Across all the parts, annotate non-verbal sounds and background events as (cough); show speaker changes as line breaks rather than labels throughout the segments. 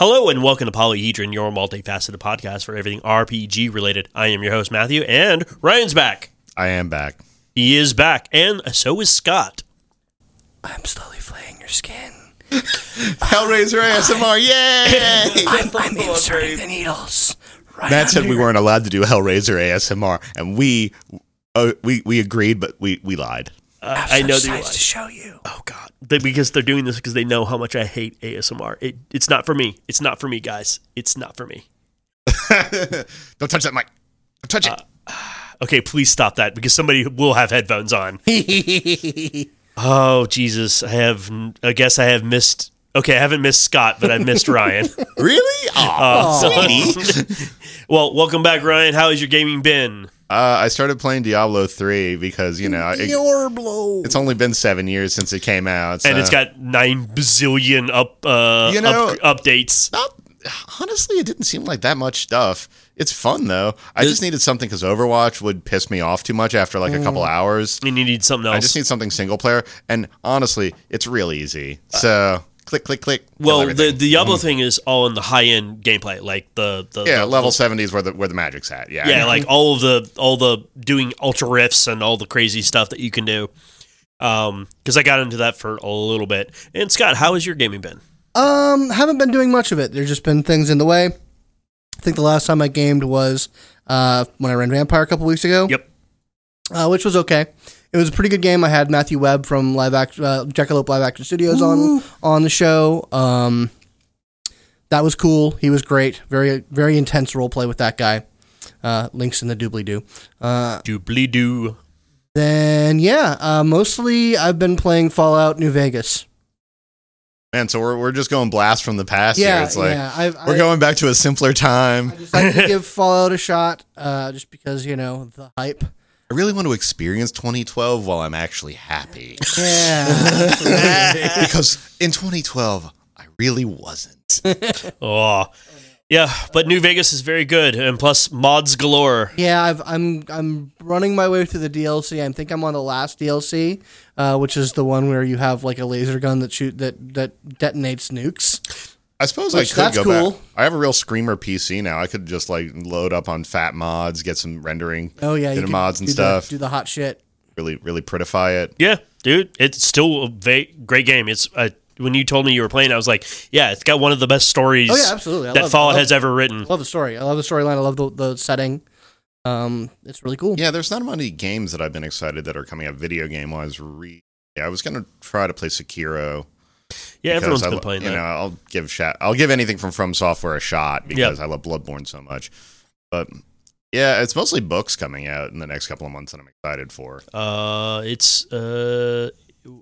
Hello and welcome to Polyhedron, your multifaceted podcast for everything RPG related. I am your host, Matthew, and Ryan's back.
I am back.
He is back, and so is Scott.
I'm slowly flaying your skin.
Hellraiser ASMR, yay!
I'm, I'm inserting the needles. Right
(laughs) Matt said we
under-
weren't allowed to do Hellraiser ASMR, and we uh, we we agreed, but we we lied.
Uh,
have
I know
such
that you
sights to show you.
Oh God! They, because they're doing this because they know how much I hate ASMR. It, it's not for me. It's not for me, guys. It's not for me.
(laughs) Don't touch that mic. Don't touch it.
Okay, please stop that because somebody will have headphones on.
Uh. (laughs)
oh Jesus! I have. I guess I have missed. Okay, I haven't missed Scott, but I've missed Ryan.
Really? Ah. Aw.
So- (laughs) well, welcome back, Ryan. How has your gaming been?
Uh, I started playing Diablo three because you know it,
Diablo.
it's only been seven years since it came out,
and it's
so-
got nine bazillion up, uh,
Uh, You know-
up- updates.
Not- honestly, it didn't seem like that much stuff. It's fun though. I just needed something because Overwatch would piss me off too much after like a
Mm.
couple hours.
And you need something
I
else.
just need something single player, and honestly, it's real easy. So click, click, click. kill
well, the,
everything. Mm-hmm.
the Diablo thing is all in the high end gameplay, like the, the
yeah,
the-
level seventy is where the where the magic's at. Yeah,
yeah, like all of the all the doing ultra riffs and all the crazy stuff that you can do. Um, because I got into that for a little bit. And Scott, how has your gaming been?
Um, haven't been doing much of it. There's just been things in the way. I think the last time I gamed was uh, when I ran Vampire a couple weeks ago.
Yep.
Uh, which was okay. It was a pretty good game. I had Matthew Webb from Live Act, uh, Jackalope Live Action Studios on on the show. Um, that was cool. He was great. Very very intense role play with that guy. Uh, links in the doobly doo. Uh,
Doobly doo.
then yeah, uh, mostly I've been playing Fallout New Vegas.
man. So we're, we're just going blast from the past. Yeah,
yeah,
It's like
yeah. I've,
we're
I-
going back to a simpler time.
just like to give Fallout a shot, uh, just because you know the hype.
I really want to experience 2012 while I'm actually
(laughs)
happy,
Yeah,
because in 2012 I really wasn't.
Oh. Yeah, but New Vegas is very good, and plus mods galore.
yeah. I've, I'm I'm running my way through the DLC. I think I'm on the last DLC, uh, which is the one where you have like a laser gun that shoot that that detonates nukes.
I suppose
Which,
I could
that's
go
cool.
back. I have a real screamer PC now. I could just like load up on fat mods, get some rendering,
Oh yeah,
get
could
mods and
do the-
stuff.
do the hot shit.
really, really prettify it.
Yeah, dude, it's still a va- great game. It's uh, when you told me you were playing, I was like, yeah, it's got one of the best stories
Oh, yeah, absolutely. I
that
love-
Fallout
I love-
has ever written.
I love the story. I love the storyline. I love the, the setting. Um, it's really cool.
Yeah, there's not many games that I've been excited that are coming out video game wise. Re- yeah, I was gonna try to play Sekiro.
Yeah, everyone's
because I
been
lo-
playing
You
that.
know, I'll give shot. I'll give anything from From Software a shot because I love Bloodborne so much. But yeah, it's mostly books coming out in the next couple of months that I'm excited for.
Uh, it's uh,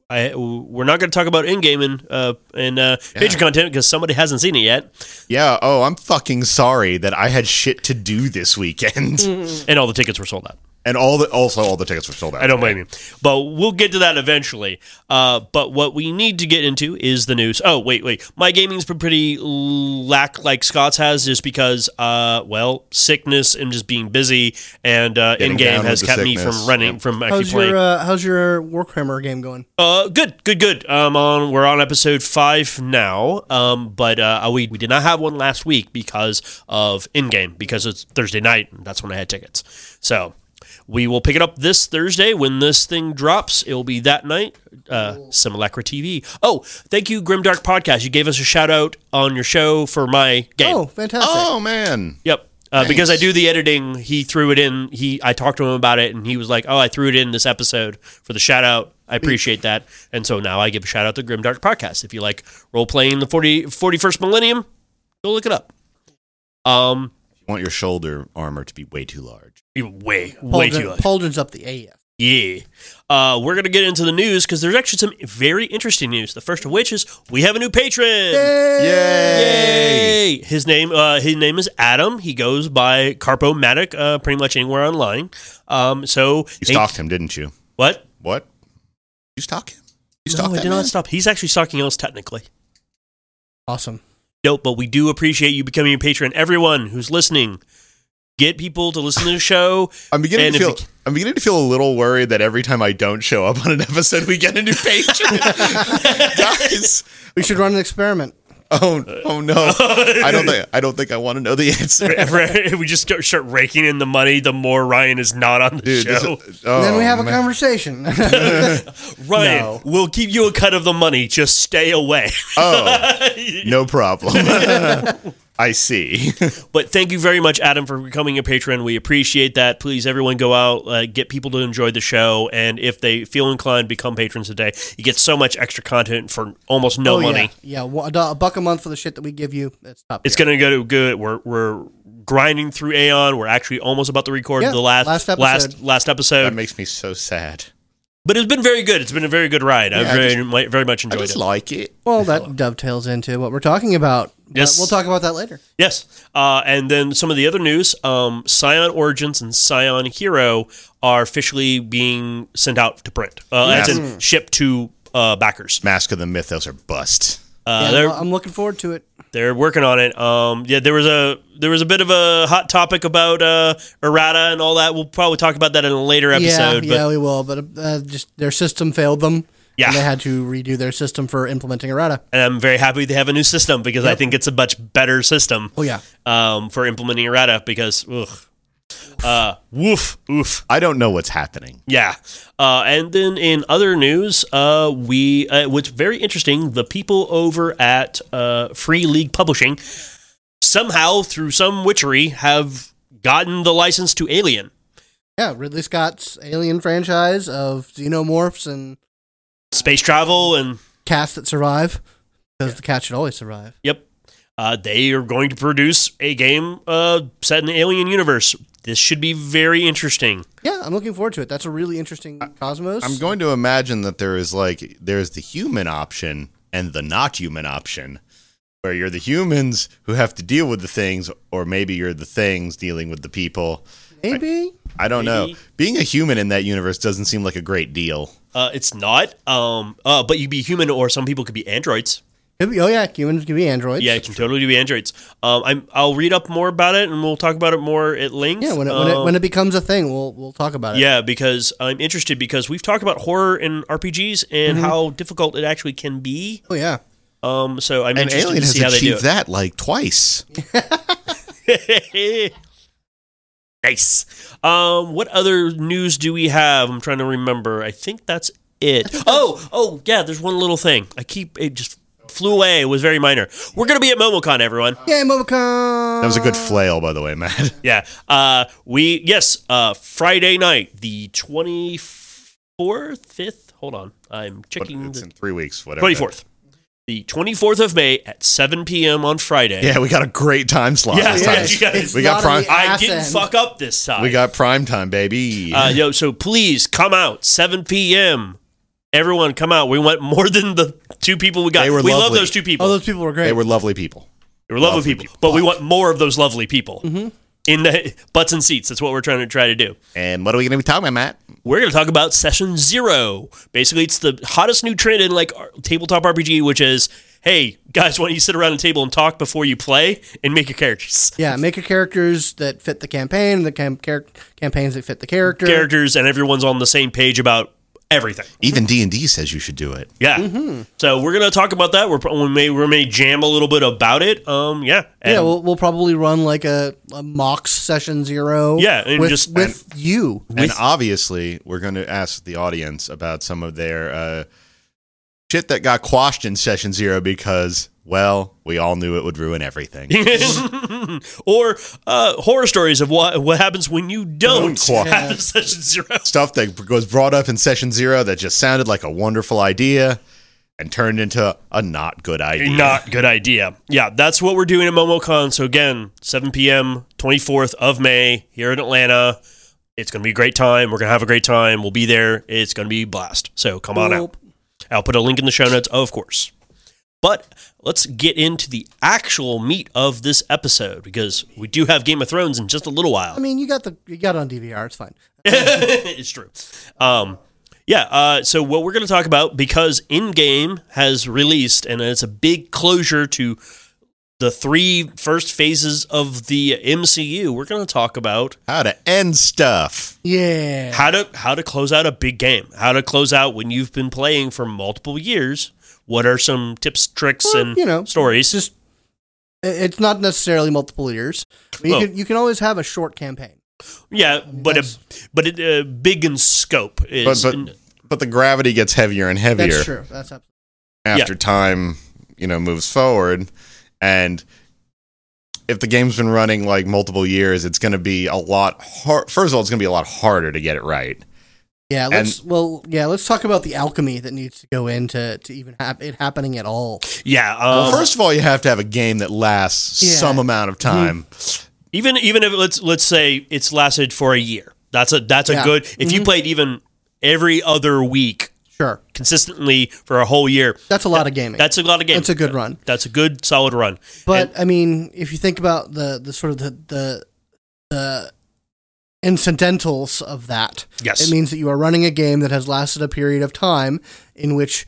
I we're not going to talk about in game and uh and uh major content because somebody hasn't seen it yet,
Yeah. Oh, I'm fucking sorry that I had shit to do
(laughs)
this weekend,
Mm.
and all the tickets were sold out.
and all the also all the tickets were sold out.
I don't
today.
blame you, but we'll get to that eventually. Uh, but what we need to get into is the news. Oh wait, wait, my gaming's been pretty lack like Scott's has just because uh well sickness and just being busy and uh,
Getting
in game
down
has
with the
kept me
sickness,
from running
yep.
from actually
How's
playing.
your uh, How's your Warhammer game going?
Uh, good, good, good. Um, on we're on episode five now. Um, but uh, we we did not have one last week because of in game because it's Thursday night and that's when I had tickets. So we will pick it up this Thursday when this thing drops. It will be that night. Uh, Simulacra TV. Oh, thank you, Grimdark Podcast. You gave us a shout out on your show for my game.
Oh, fantastic!
Oh man.
Yep. Uh, because I
Thanks.
do the editing, he threw it in. He I talked to him about it, and he was like, "Oh, I threw it in this episode for the shout out. I appreciate that." And so now I give a shout out to Grimdark Podcast. If you like role playing the 40, 41st millennium, go look it up. Um,
You want your shoulder armor to be way too large.
way
Paul
way
Dun-
too much.
Paul Dun's up the AF.
Yeah. Uh, we're gonna get into the news because there's actually some very interesting news. The first of which is we have a new patron.
Yay!
Yay! His name, uh, his name is Adam. He goes by Carpomatic, uh, pretty much anywhere online. Um, so
You
they-
stalked him, didn't you?
what?
What? You stalk him? You
No,
stalk
I
that
did
man?
not stop. He's actually stalking us technically.
Awesome.
Nope, but we do appreciate you becoming a patron. Everyone who's listening, get people to listen to the show.
(laughs) I'm beginning
And
to
if
feel.
it-
I'm beginning to feel a little worried that every time I don't show
(laughs)
(laughs) up on an episode, we get a new patron. Guys,
We should run an experiment.
Oh, oh no! I don't think I don't think I want to know the answer,
(laughs) If we just go- start raking in the money, the more Ryan is not on the
dude. this
show.
is- oh,
And then we have a
man.
conversation.
Ryan,
No.
we'll give you a cut of the money. Just stay away.
Oh,
(laughs)
no problem. I see.
But thank you very much, Adam, for becoming a patron. We appreciate that. Please, everyone, go out, uh, get people to enjoy the show, and if they feel inclined, become patrons today. You get so much extra content for almost no
(laughs) Oh,
money.
Yeah, yeah wa- a do- a buck a month for the shit that we give you. That's top.
It's
tier.
going to go to good. We're we're grinding through Aeon. We're actually almost about to record
Yeah,
the last
last episode.
last last
That
episode.
makes me so sad.
But it's been very good. It's been a very good ride. I
Yeah, I
very mu- very much
I
enjoyed
just
it.
like it.
well, that dovetails into what we're talking about. but
Yes.
we'll talk about that later.
Yes. Uh, and then some of the other news um, Scion Origins and Scion Hero are officially being sent out to print, uh, as
Hmm.
in shipped to uh, backers.
Mask of the Mythos are bust.
Uh,
Yeah,
they're,
well, I'm looking forward to it.
they're working on it. Um, yeah, there was a there was a bit of a hot topic about uh, errata and all that. We'll probably talk about that in a later episode.
yeah, yeah,
but
we will. But uh, just their system failed them.
Yeah.
and they had to redo their system for implementing errata.
and I'm very happy they have a new system because I think it's a much better system.
Oh yeah,
Um, for implementing errata because ugh, uh, woof, oof.
I don't know what's happening.
Yeah. Uh, and then in other news, uh, we uh, what's very interesting, the people over at uh, Free League Publishing somehow through some witchery have gotten the license to Alien.
yeah. Ridley Scott's Alien franchise of xenomorphs and
Space travel and
cats that survive because the cat should always survive.
yep. Uh, they are going to produce a game uh, set in the alien universe. This should be very interesting.
Yeah, I'm looking forward to it. That's a really interesting cosmos.
I'm going to imagine that there is like there's the human option and the not human option, where you're the humans who have to deal with the things, or maybe you're the things dealing with the people.
Maybe.
I don't know.
Maybe.
Being a human in that universe doesn't seem like a great deal.
Uh, it's not, um, uh, but you'd be human, or some people could be androids.
Could be- oh yeah, humans can be androids.
Yeah, it can totally be androids. Um, I'm, I'll read up more about it, and we'll talk about it more at length.
Yeah, when it, when, it,
Um,
when it becomes a thing, we'll we'll talk about it.
yeah, because I'm interested because we've talked about horror in RPGs and how difficult it actually can be.
Oh yeah.
Um, so I'm
And
interested
Alien
to
has
see how they do
achieved that like twice.
it. (laughs) nice. Um, what other news do we have? I'm trying to remember. I think that's it. oh, oh yeah. There's one little thing. I keep it just flew away. It was very minor. We're gonna be at MomoCon, everyone.
Yeah, Mobicon.
That was a good flail, by the way, Matt.
Yeah. Uh, we yes. Uh, Friday night, the twenty fourth, fifth. Hold on, I'm
But (laughs)
checking
it's
the
in three weeks, whatever.
twenty fourth. The twenty fourth of May at seven p.m. on Friday.
Yeah, we got a great time slot.
(laughs) Yeah,
this
yeah,
time.
you guys-
We got prime-
I didn't fuck up this time.
We got prime time, baby.
Uh, yo, so please come out 7 p.m. Everyone, come out. We want more than the two people we got.
They were
we love
lovely.
those two people.
Oh, those people were great.
they were lovely people.
they were lovely,
lovely
people, but we want more of those lovely people
Mm-hmm.
in the (laughs) butts and seats. That's what we're trying to try to do.
And what are we going to be talking about, Matt?
we're going to talk about session zero. Basically, it's the hottest new trend in like ar- tabletop RPG, which is hey guys, (laughs) why don't you sit around a table and talk before you play and make your characters,
yeah, make your characters that fit the campaign, the cam- char- campaigns that fit the character.
characters, and everyone's on the same page about everything.
Even D and D says you should do it.
Yeah.
Mm-hmm.
So we're going to talk about that. We're pro- we may we may jam a little bit about it. Um. Yeah. And-
yeah, we'll, we'll probably run like a, a Mox session zero.
Yeah, and
with,
just-
with you.
and obviously, we're going to ask the audience about some of their uh, shit that got quashed in session zero because, well, we all knew it would ruin everything.
(laughs)
(laughs) or uh, horror stories of what what happens when you don't
Don't quaff.
have the session zero.
Stuff that was brought up in session zero that just sounded like a wonderful idea and turned into a not good idea.
Not good idea. Yeah, that's what we're doing at MomoCon. So again, 7 p.m. 24th of May here in Atlanta. It's gonna be a great time. We're gonna have a great time. We'll be there. It's gonna be a blast. So come on out. I'll put a link in the show notes, of course. But let's get into the actual meat of this episode because we do have Game of Thrones in just a little while.
I mean, you got the you got it on DVR. It's fine.
(laughs) it's true. Um, yeah. Uh, so what we're going to talk about because in game has released and it's a big closure to the three first phases of the MCU. We're going to talk about
How to end stuff.
Yeah.
how to how to close out a big game, how to close out when you've been playing for multiple years. What are some tips, tricks,
Well,
and
you know,
stories?
just- I- It's not necessarily multiple years. But you,
Well-
can, you can always have a short campaign.
yeah, but
that's-
a, but it, uh, big in scope
But
is
but but the gravity gets heavier and heavier.
That's true. That's absolutely.
after time you know moves forward and if the game's been running like multiple years it's going to be a lot hard first of all it's going to be a lot harder to get it right
Yeah. Let's well. Yeah. Let's talk about the alchemy that needs to go into to even hap- it happening at all.
yeah.
well,
Um,
first of all you have to have a game that lasts
Yeah.
some amount of time
even even if let's let's say it's lasted for a year. That's a that's a
Yeah. Mm-hmm.
good. If you played even every other week
Sure.
consistently for a whole year,
That's a lot of gaming.
that's a lot of games.
That's a good run.
That's a good solid run.
But
And-
I mean, if you think about the the sort of the the, the incidentals of that,
Yes.
it means that you are running a game that has lasted a period of time in which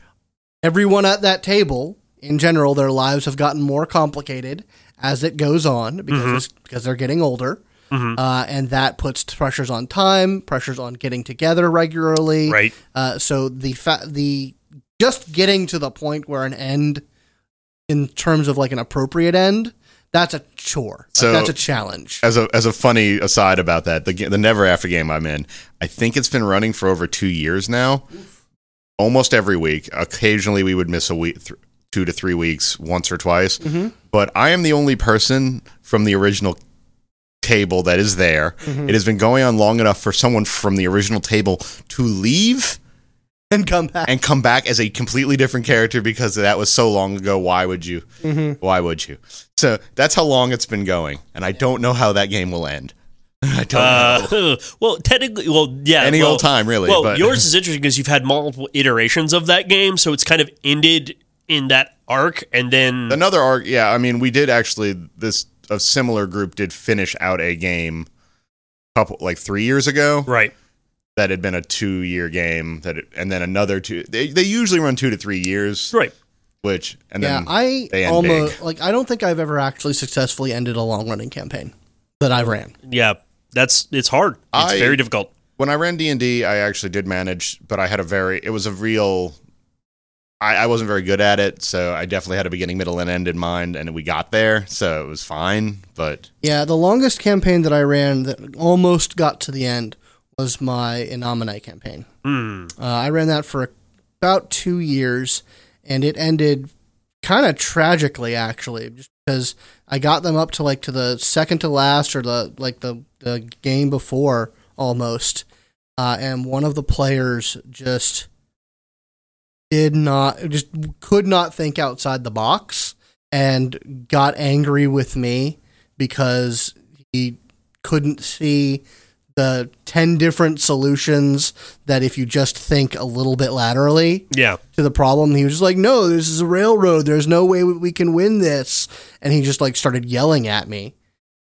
everyone at that table, in general, their lives have gotten more complicated as it goes on because
Mm-hmm.
it's, because they're getting older. Uh, and that puts pressures on time, pressures on getting together regularly. (laughs)
Right.
Uh, so the fa- the just getting to the point where an end, in terms of like an appropriate end, that's a chore. Like,
So-
that's a challenge.
as a as a funny aside about that the, ga- the never after game i'm in i think it's been running for over two years now almost every week occasionally we would miss a week th- two to three weeks once or twice but i am the only person from the original table that is there it has been going on long enough for someone from the original table to leave
and come back.
and come back as a completely different character because that was so long ago why would you why would you so that's how long it's been going and i don't know how that game will end (laughs) i don't
Oh,
know
Uh, (laughs) well, technically, well, yeah,
Any
well-
old time, really,
Well,
but- (laughs)
yours is interesting because you've had multiple iterations of that game, so it's kind of ended in that arc, and then
another arc yeah i mean we did actually this a similar group did finish out a game couple like three years ago
right,
that had been a two year game that it, and then another two they, they usually run two to three years
right.
which and
Yeah,
then
I
they end
almost
big.
like I don't think I've ever actually successfully ended a long running campaign that I ran.
Yeah, that's it's hard. It's
I-
very difficult.
when I ran D and I actually did manage, but I had a very it was a real. I, I wasn't very good at it, so I definitely had a beginning, middle, and end in mind, and we got there, so it was fine. But
Yeah, the longest campaign that I ran that almost got to the end was my Inamine campaign.
Hmm.
Uh, I ran that for about two years, and it ended kind of tragically, actually, just because I got them up to like to the second to last or the like the the game before almost, uh, and one of the players just did not just could not think outside the box and got angry with me because he couldn't see the 10 different solutions that if you just think a little bit laterally
Yeah,
to the problem he was just like no this is a railroad there's no way we can win this and he just like started yelling at me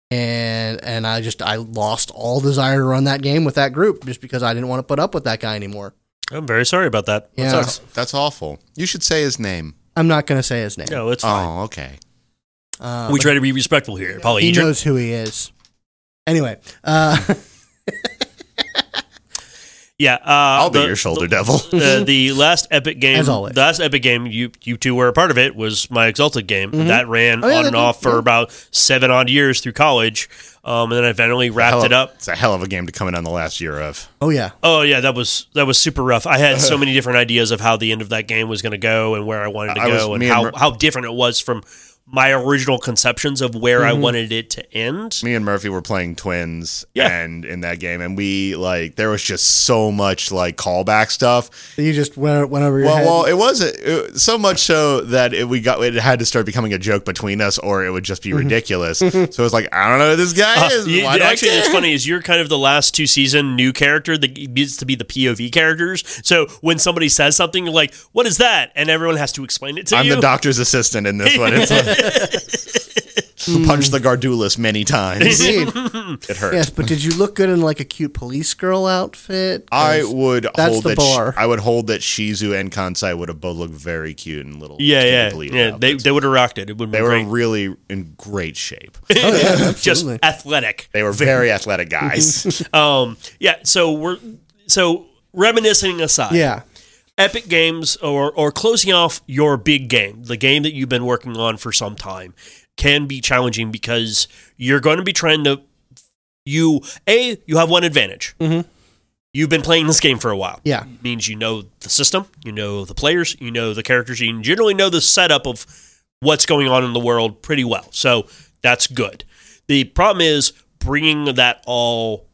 and and i just i lost all desire to run that game with that group just because i didn't want to put up with that guy anymore
I'm very sorry about that. That
Yeah.
sucks.
that's awful. You should say his name.
i'm not going to say his name
no, it's fine.
Oh, okay.
Uh,
we
but
try to be respectful here,
he
Polyhedron.
knows who he is anyway uh (laughs)
Yeah, uh,
I'll
the,
be your shoulder devil.
uh, the last epic game,
As always.
the last epic game you you two were a part of it was my Exalted game that ran
Oh, yeah,
on
that
and
did,
off for
yeah.
about seven odd years through college, um, and then I finally (laughs) wrapped
Hell
it
of-
up.
It's a hell of a game to come in on the last year of.
oh yeah
Oh yeah, that was that was super rough. I had so many different ideas of how the end of that game was going to go and where I wanted to
I was-
go and
me and
how,
Mer-
how different it was from my original conceptions of where
Mm-hmm.
I wanted it to end.
Me and Murphy were playing twins,
Yeah.
and in that game, and we like there was just so much like callback stuff,
you just went, went over your
Well,
head
well, it was it, so much so that it, we got it had to start becoming a joke between us, or it would just
(laughs)
be ridiculous. so it was like, I don't know who this guy is.
Mm-hmm. Uh, You-
Why do
actually,
I care?
it's funny is you're kind of the last two season new character that needs to be the POV characters. So when somebody says something, you're like, "What is that?" and everyone has to explain it to
(laughs) I'm
you.
the doctor's assistant in this one. It's like,
(laughs)
who punched the Gardulas many times.
Indeed.
(laughs)
It hurt.
Yes, but did you look good in like a cute police girl outfit? 'Cause
I (laughs) would
That's
hold
the
that sh-
bar.
I would hold that Shizu and Kansai would have both looked very cute and little.
yeah,
cute
yeah,
bleeding
yeah. They
outfits.
they would have rocked it. It would have
they
been
were
great.
really in
(laughs)
great shape.
just
absolutely.
athletic.
They were
(laughs)
very athletic guys.
Um, yeah. So we're so reminiscing aside.
yeah.
Epic Games or or closing off your big game, the game that you've been working on for some time, can be challenging because you're going to be trying to you a you have one advantage.
Mhm.
You've been playing this game for a while.
Yeah.
means you know the system, you know the players, you know the characters, you generally know the setup of what's going on in the world pretty well. So that's good. The problem is bringing that all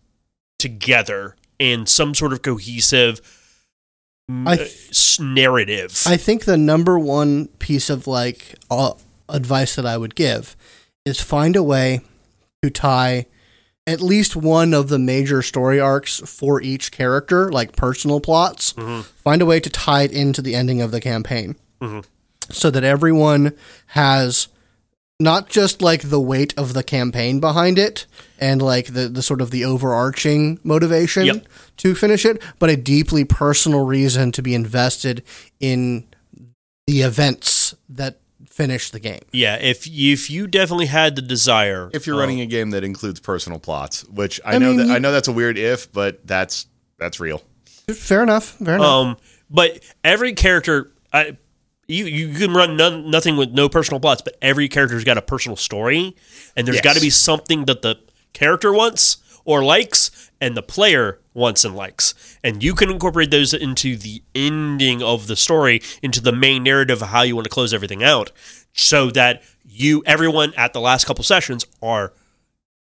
together in some sort of cohesive
I
uh, s- narrative.
I think the number one piece of like uh, advice that I would give is find a way to tie at least one of the major story arcs for each character, like personal plots. Find a way to tie it into the ending of the campaign,
Mhm.
so that everyone has not just like the weight of the campaign behind it and like the, the sort of the overarching motivation
Yep.
to finish it, but a deeply personal reason to be invested in the events that finish the game.
yeah, if you, if you definitely had the desire,
If you're
uh,
running a game that includes personal plots, which I,
I
know
mean,
that
you-
I know that's a weird if, but that's that's real.
Fair enough. Fair enough.
Um, but every character, I, you you can run none, nothing with no personal plots, but every character's got a personal story, and there's
Yes.
got to be something that the character wants or likes, and the player wants and likes, and you can incorporate those into the ending of the story, into the main narrative of how you want to close everything out, so that you everyone at the last couple sessions are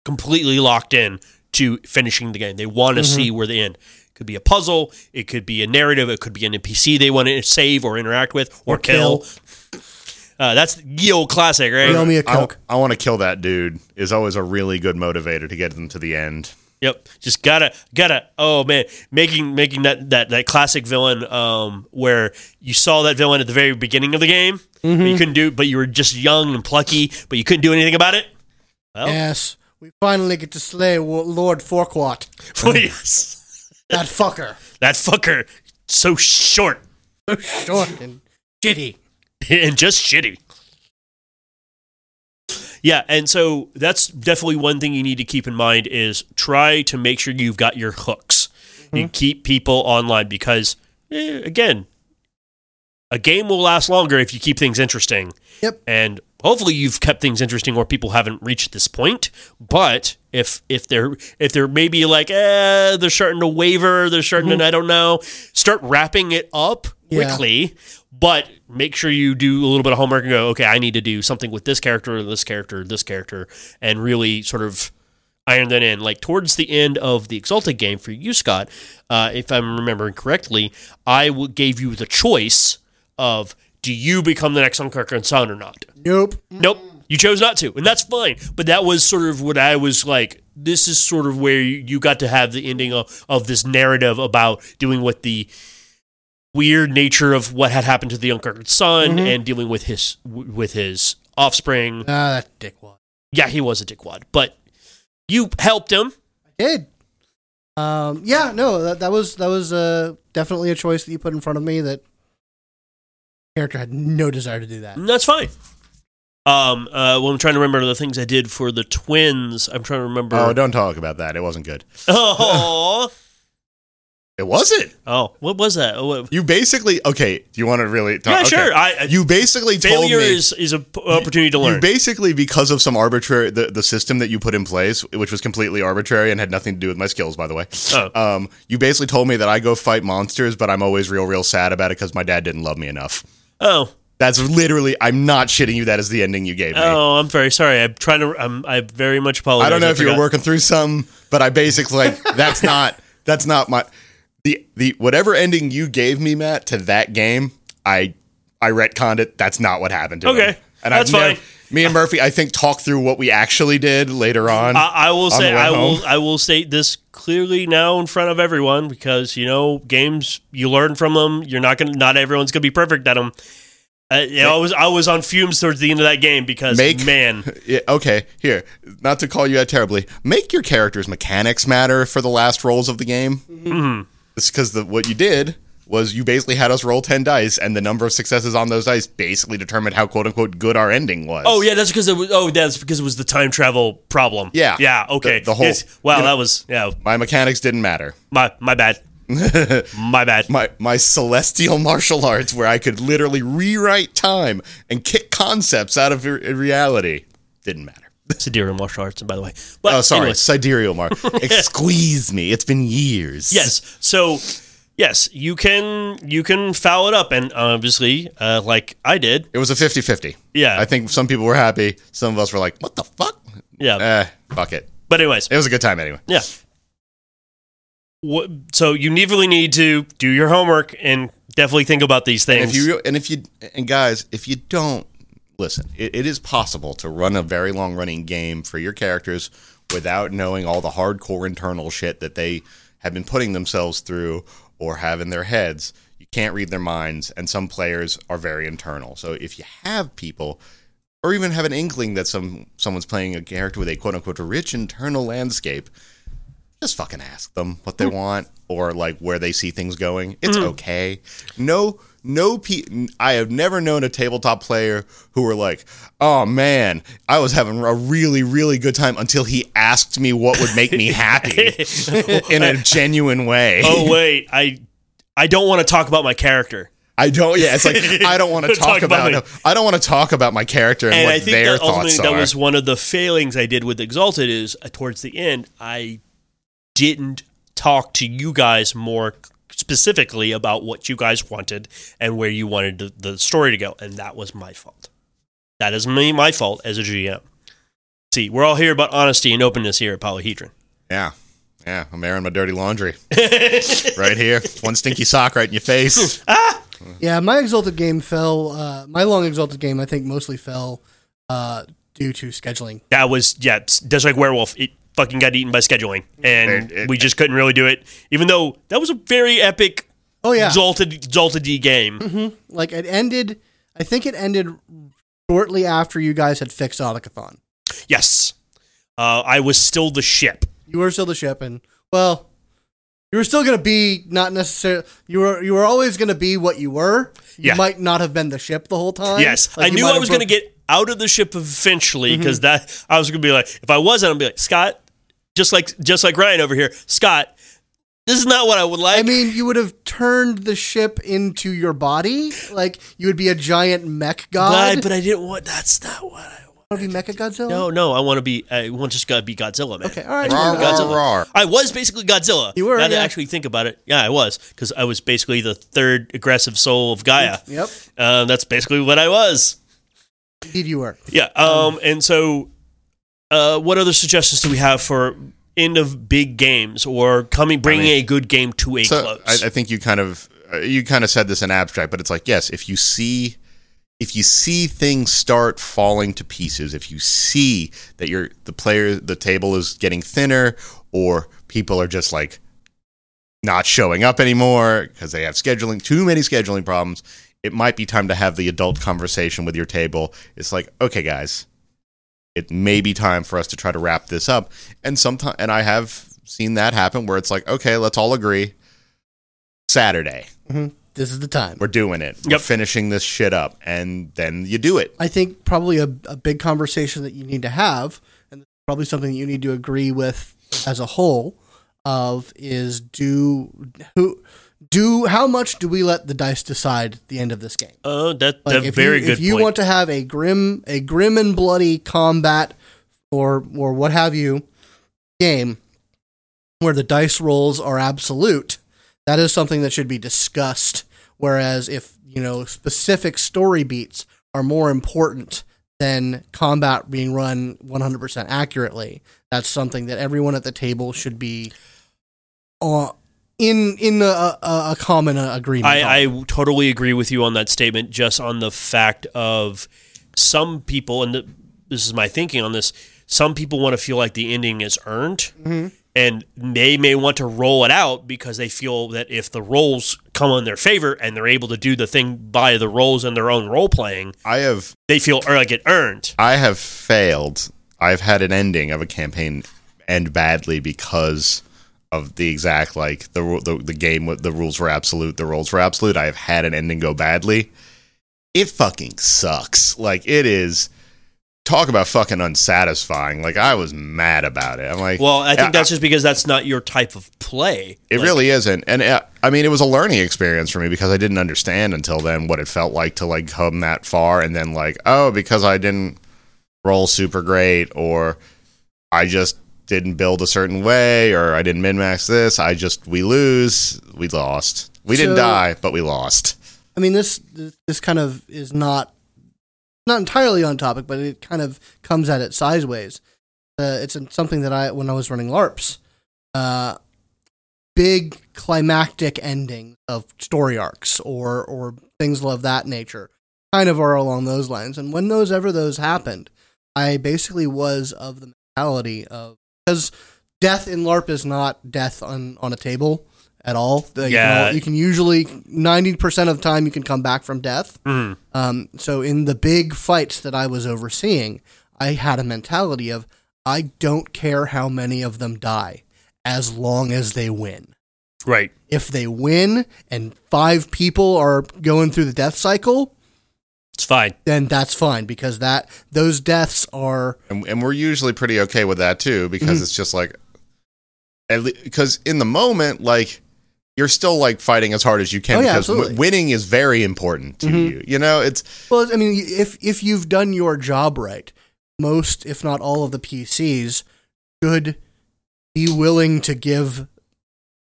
completely locked in to finishing the game. They want to see where they end. It could be a puzzle, it could be a narrative, it could be an NPC they want to save or interact with or, kill. Uh, that's the old classic, right?
Yell me a
I,
coke.
want to kill that dude is always a really good motivator to get them to the end.
Yep. Just gotta gotta oh man. Making making that that, that classic villain um where you saw that villain at the very beginning of the game, but you couldn't do but you were just young and plucky, but you couldn't do anything about it. (laughs) Well
Yes, we finally get to slay Wo- Lord Forquat.
please.
That
(laughs)
fucker.
That fucker so short
Short and shitty.
(laughs) and just shitty. Yeah, and so that's definitely one thing you need to keep in mind is try to make sure you've got your hooks. You keep people online because eh, again, a game will last longer if you keep things interesting.
Yep.
And hopefully you've kept things interesting or people haven't reached this point. But if if they're if they're maybe like, eh, they're starting to waver, they're starting to I don't know, start wrapping it up
Yeah.
quickly. But make sure you do a little bit of homework and go, okay, I need to do something with this character, this character, this character, and really sort of iron that in. Like towards the end of the Exalted game for you, Scott, uh, if I'm remembering correctly, I w- gave you the choice of do you become the next Uncorcoran son or not?
Nope.
Nope. You chose not to, and that's fine. But that was sort of what I was like. This is sort of where you you got to have the ending of, of this narrative about doing what the weird nature of what had happened to the Uncorcoran son
Mm-hmm.
and dealing with his with his offspring.
Ah, that dickwad.
Yeah, he was a dickwad, but you helped him.
I did. Um, yeah, no, that, that was that was uh, definitely a choice that you put in front of me that character had no desire to do that.
And That's fine. Um, uh, well, I'm trying to remember the things I did for the twins. I'm trying to remember.
Oh, don't talk about that. It wasn't good.
(laughs) Oh,
It wasn't.
oh, what was that? Oh, what-
You basically okay. Do you want to really talk?
Yeah,
okay.
sure. I- I-
you basically told
failure
me
is is an opportunity to
You
learn.
basically, because of some arbitrary the, the system that you put in place, which was completely arbitrary and had nothing to do with my skills, by the way.
Oh.
Um, you basically told me that I go fight monsters, but I'm always real, real sad about it because my dad didn't love me enough.
oh,
That's literally. I'm not shitting you. That is the ending you gave me.
oh, I'm very sorry. I'm trying to. I'm, I very much apologize.
I don't know if you were
forgot.
working through some, but I
(laughs)
basically like that's not that's not my the the whatever ending you gave me, Matt, to that game. I I retconned it. That's not what happened to him.
Okay.
and
That's
I've never-
fine.
me and Murphy, I think, talked through what we actually did later on.
I, I will
the
say
way
I will
home.
I will state this clearly now in front of everyone because you know games you learn from them. You're not gonna not everyone's gonna be perfect at them. Uh, you know, I was I was on fumes towards the end of that game because
Make-
man,
Yeah, okay, here, not to call you out terribly, make your character's mechanics matter for the last rolls of the game. Mm-hmm. It's because what you did was you basically had us roll 10 dice, and the number of successes on those dice basically determined how quote unquote good our ending was.
Oh yeah, that's because it was. Oh, that's because it was the time travel problem.
Yeah.
yeah, okay.
The- the whole-
Yes. Wow,
you know-
that was yeah.
My mechanics didn't matter. (laughs)
My my bad. My bad.
my my celestial (laughs) martial arts where I could literally rewrite time and kick concepts out of re- reality. Didn't matter.
Sidereal martial arts, by the way. But
Oh, sorry,
anyways, (laughs)
sidereal mar. Excuse me. It's been years.
yes. So yes, you can you can foul it up, and obviously, uh, like I did.
It was a 50-50.
Yeah.
I think some people were happy. Some of us were like, "What the fuck?"
Yeah.
Eh, fuck it.
but anyways,
It was a good time anyway.
yeah. What, so you needfully need to do your homework and definitely think about these
And
things.
if you and if you and guys, if you don't listen, it, it is possible to run a very long running game for your characters without knowing all the hardcore internal shit that they have been putting themselves through or have in their heads. You can't read their minds, and some players are very internal. So if you have people or even have an inkling that some someone's playing a character with a quote unquote rich internal landscape, just fucking ask them what
Mm.
they want or like where they see things going. It's
Mm-hmm.
okay. No, no. Pe- I have never known a tabletop player who were like, "Oh man, I was having a really, really good time until he asked me what would make me happy
(laughs)
in a genuine way."
oh wait, I I don't want to talk about my character.
I don't. Yeah, it's like I don't want to talk,
(laughs) Talk about
about. I don't want to talk about my character and,
and
what
I think
their
that ultimately
thoughts
that
are.
was one of the failings I did with Exalted is uh, towards the end I didn't talk to you guys more specifically about what you guys wanted and where you wanted the, the story to go, and that was my fault. That is me, my fault as a GM. See, we're all here about honesty and openness here at Polyhedron.
yeah, yeah. I'm airing my dirty laundry (laughs) right here. One stinky sock right in your face.
Yeah, my exalted game fell. Uh, my long exalted game, I think, mostly fell uh, due to scheduling.
That was yeah, it's- just like Werewolf, it fucking got eaten by scheduling, and
It- it-
we just couldn't really do it. Even though that was a very epic,
Oh yeah,
exalted, exalted D game.
like it ended. I think it ended shortly after you guys had fixed Audicathon.
Yes. Uh, I was still the ship.
You were still the ship, and well, you were still gonna be not necessarily. You were you were always gonna be what you were. You
Yeah.
might not have been the ship the whole time.
yes.
Like,
I
you
knew
might
I
have
was going to
broke- Mm-hmm.
get out of the ship eventually because that I was going to be like, if I wasn't, I'd be like, Scott, just like just like Ryan over here, Scott, this is not what I would like.
I mean, you would have turned the ship into your body. Like you would be a giant mech god.
but, but I didn't want. That's not what I.
want to be Mecha Godzilla.
No, no. I want to be. I want just gotta be Godzilla, man.
Okay, all right.
I
Rawr,
just wanna be Godzilla.
rawr, rawr.
I was basically Godzilla.
You were,
Now that
yeah.
I actually think about it, yeah, I was because I was basically the third aggressive soul of Gaia.
Yep.
Uh, that's basically what I was.
Indeed, you were.
Yeah. Um, and so, uh, what other suggestions do we have for end of big games or coming bringing a good game to a
so
close?
I, I think you kind of uh, you kind of said this in abstract, but it's like yes, if you see if you see things start falling to pieces, if you see that your the player the table is getting thinner, or people are just like not showing up anymore because they have scheduling too many scheduling problems, it might be time to have the adult conversation with your table. It's like okay, guys, it may be time for us to try to wrap this up. And sometimes, and I have seen that happen where it's like, okay, let's all agree. Saturday,
Mm-hmm.
This is the time.
we're doing it. We're
Yep.
finishing this shit up, and then you do it.
I think probably a, a big conversation that you need to have, and probably something that you need to agree with as a whole, of is do who do how much do we let the dice decide the end of this game?
oh, that
Like
that's
if
very
you,
good
if you
point.
want to have a grim a grim and bloody combat or or what have you game where the dice rolls are absolute, that is something that should be discussed. Whereas if you know specific story beats are more important than combat being run 100% accurately, that's something that everyone at the table should be on. In in a, a, a common uh, agreement, on.
I, I totally agree with you on that statement, just on the fact of some people, and the, this is my thinking on this, some people want to feel like the ending is earned.
Mm-hmm.
And they may want to roll it out because they feel that if the rolls come in their favor and they're able to do the thing by the rolls and their own role playing,
I have,
they feel or like it earned.
I have failed. I've had an ending of a campaign end badly because of the exact like the ru- the, the game. wa- The rules were absolute. The rules were absolute. I have had an ending go badly. It fucking sucks. Like it is talk about fucking unsatisfying. Like I was mad about it. I'm like,
Well, I think that's just because that's not your type of play.
It really isn't, and uh, I mean, it was a learning experience for me because I didn't understand until then what it felt like to like come that far, and then like, oh, because I didn't roll super great, or I just didn't build a certain way, or I didn't min max this. I just we lose, we lost. We didn't
So-
die, but we lost.
I mean, this this kind of is not not entirely on topic, but it kind of comes at it sideways. Uh, it's something that I when I was running LARPs, uh, big climactic ending of story arcs or or things of that nature, kind of are along those lines. And when those ever those happened, I basically was of the mentality of because death in LARP is not death on on a table at all. You can
Yeah.
al- you can usually ninety percent of the time you can come back from death.
Mm.
Um, so in the big fights that I was overseeing, I had a mentality of I don't care how many of them die, as long as they win.
Right.
If they win and five people are going through the death cycle,
It's fine.
then that's fine because that those deaths are
and, and we're usually pretty okay with that too
Mm-hmm.
because it's just like at because in the moment like you're still like fighting as hard as you can
Oh, yeah,
because w-
absolutely. Mm-hmm.
winning is very important to you you know it's
well. I mean, if if you've done your job right, most if not all of the PCs should be willing to give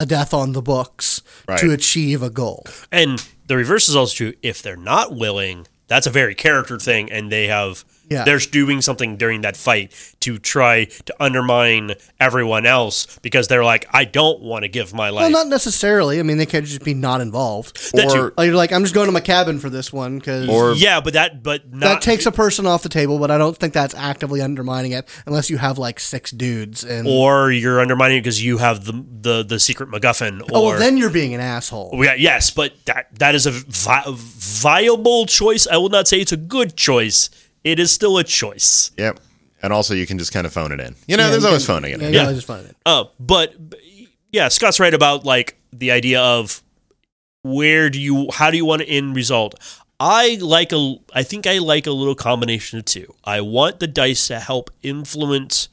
a death on the books
Right.
to achieve a goal.
And the reverse is also true. If they're not willing, that's a very character thing, and they have
Yeah.
they're doing something during that fight to try to undermine everyone else because they're like, I don't want to give my
Well,
life.
not necessarily. I mean, they could just be not involved.
That
or
Like, you're like, I'm just going to my cabin for this one because
Or-
yeah, but that but not
that takes a person off the table. But I don't think that's actively undermining it unless you have like six dudes and
or you're undermining it because you have the the the secret MacGuffin. Or,
oh, well, then you're being an asshole.
Yeah, yes, but that that is a vi- viable choice. I will not say it's a good choice. It is still a choice.
yep and also you can just kind of phone it in you know there's always phoning it
Yeah,
in
yeah.
Yeah.
just fine.
Uh, but b- yeah, Scott's right about like the idea of where do you how do you want an end result? I like a I think I like a little combination of two. I want the dice to help influence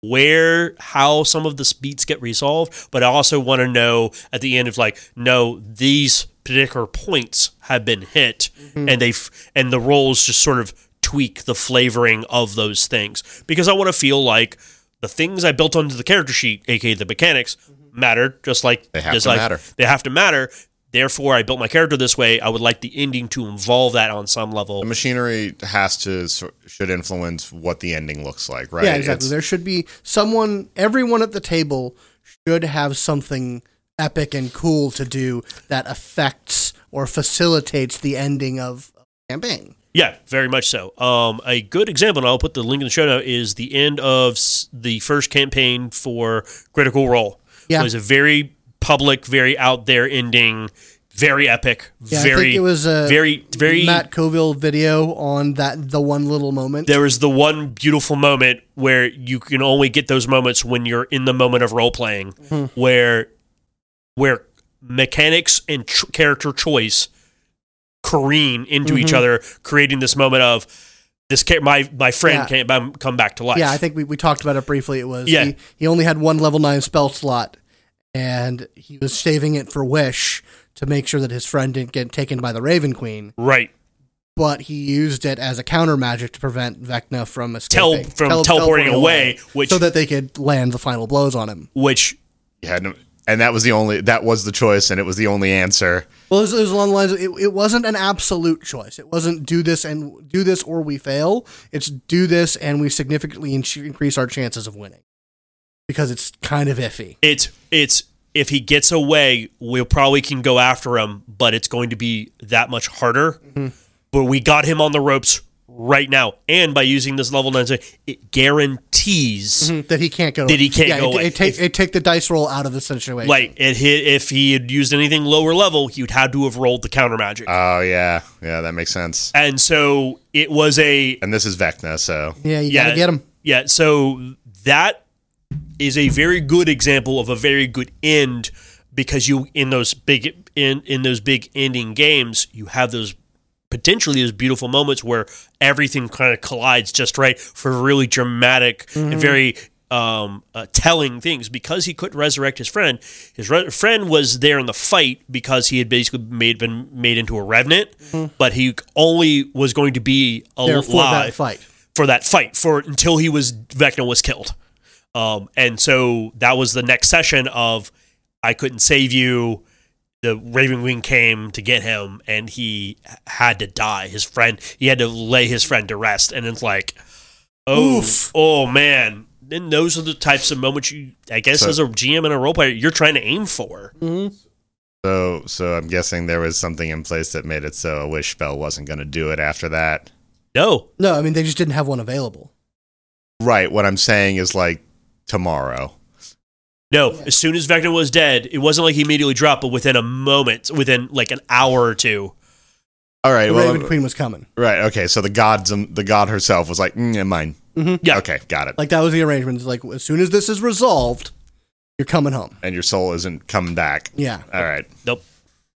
where how some of the beats get resolved, but I also want to know at the end of like no these particular points have been hit and they have and the roles just sort of tweak the flavoring of those things because I want to feel like the things I built onto the character sheet, aka the mechanics, matter just like
They have
just
to
like-
matter.
They have to matter. Therefore, I built my character this way. I would like the ending to involve that on some level.
the machinery has to sor- should influence what the ending looks like right
Yeah, exactly.
It's-
There should be someone. Everyone at the table should have something epic and cool to do that affects or facilitates the ending of a campaign.
Yeah, very much so. Um, a good example, and I'll put the link in the show note, is the end of s- the first campaign for Critical Role.
Yeah.
It was a very public, very out there ending, very epic,
Yeah,
very
I think it was uh, a
very very
Matt Coville video on that the one little moment.
there is the one beautiful moment where you can only get those moments when you're in the moment of role playing
Hmm.
where where mechanics and ch- character choice careen into each
Mm-hmm.
other creating this moment of this ca- my my friend
Yeah.
can't bam- come back to life
Yeah, I think we, we talked about it briefly. It was
Yeah.
he, he only had one level nine spell slot, and he was saving it for Wish to make sure that his friend didn't get taken by the Raven Queen.
right
But he used it as a counter magic to prevent Vecna from
Tel-
escaping,
from
Tel-
teleporting away, which-
so that they could land the final blows on him.
which
you had no- and that was the only that was the choice and it was the only answer
Well, it was, it was along the lines. Of, it, it wasn't an absolute choice. It wasn't do this and do this or we fail. It's do this and we significantly in- increase our chances of winning because it's kind of iffy.
it's it's if he gets away, we probably can go after him, but it's going to be that much harder. But we got him on the ropes right now, and by using this level nine, it guarantees
that he can't go.
Mm-hmm. That he can't
yeah,
go
it,
away.
It, take,
If-
it take the dice roll out of the situation.
like it hit. If he had used anything lower level, he would have to have rolled the counter magic,
oh yeah yeah that makes sense
and so it was a
and this is vecna so
yeah, you
yeah,
gotta get him.
Yeah, so that is a very good example of a very good end because you in those big in in those big ending games you have those potentially those beautiful moments where everything kind of collides just right for really dramatic and very um, uh, telling things. Because he couldn't resurrect his friend, his re- friend was there in the fight because he had basically made been made into a revenant, but he only was going to be
there
alive
for that fight.
for that fight for until he was Vecna was killed. Um, and so that was the next session of I couldn't save you. The Raven Wing came to get him, and he had to die. His friend, he had to lay his friend to rest, and it's like, oh,
Oof.
oh man. Then those are the types of moments you, I guess,
So-
as a GM and a role player, you're trying to aim for.
So, so I'm guessing there was something in place that made it so a wish spell wasn't going to do it after that.
No,
No, I mean they just didn't have one available.
Right. What I'm saying is like tomorrow.
No, as soon as Vecna was dead, it wasn't like he immediately dropped, but within a moment, within like an hour or two.
All right.
The
well,
Raven Queen was coming.
right. Okay. So the gods, um, the god herself was like, mm, yeah, mine.
Mm-hmm.
Yeah.
Okay. Got it.
Like that was the arrangement. It's like as soon as this is resolved, you're coming home.
and your soul isn't coming back.
Yeah.
All right.
Nope.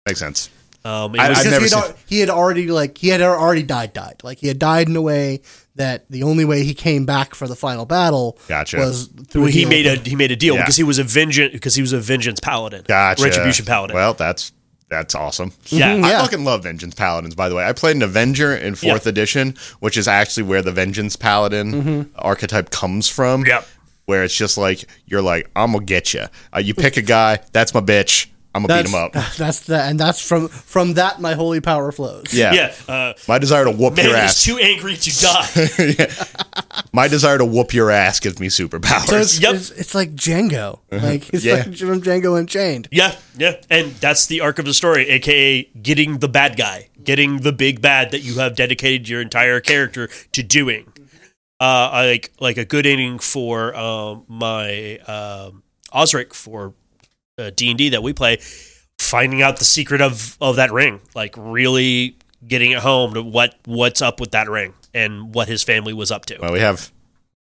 Makes sense.
Um,
I-
it was,
I've
Because
never
he, had,
seen-
al- he had already like he had already died died like he had died in a way that the only way he came back for the final battle
Gotcha.
was through
Well, he
deal.
made a he made a deal
Yeah.
because he was a vengeance because he was a vengeance paladin,
Gotcha.
retribution paladin.
Well, that's that's awesome.
yeah,
Mhm.
I
Yeah.
fucking love Vengeance Paladins, by the way. I played an Avenger in fourth edition, which is actually where the Vengeance Paladin
Mm-hmm.
archetype comes from.
Yep.
Where it's just like, you're like, I'm going to get you. Uh, you pick a guy, that's my bitch. I'm going to beat
that's,
him up.
(laughs) that's the and that's from from that my holy power flows
Yeah.
yeah. Uh,
My desire to whoop
man
your
is
ass.
too angry to die.
my desire to whoop your ass gives me superpowers.
so (laughs) it's,
Yep.
it's, it's like Django like it's
Uh-huh. Yeah.
like from Django Unchained
yeah, yeah, and that's the arc of the story, aka getting the bad guy, getting the big bad that you have dedicated your entire character to doing. Uh, I like like a good ending for um, my um, Osric for uh, D and D that we play, finding out the secret of of that ring, like really getting it home to what what's up with that ring and what his family was up to.
well, we have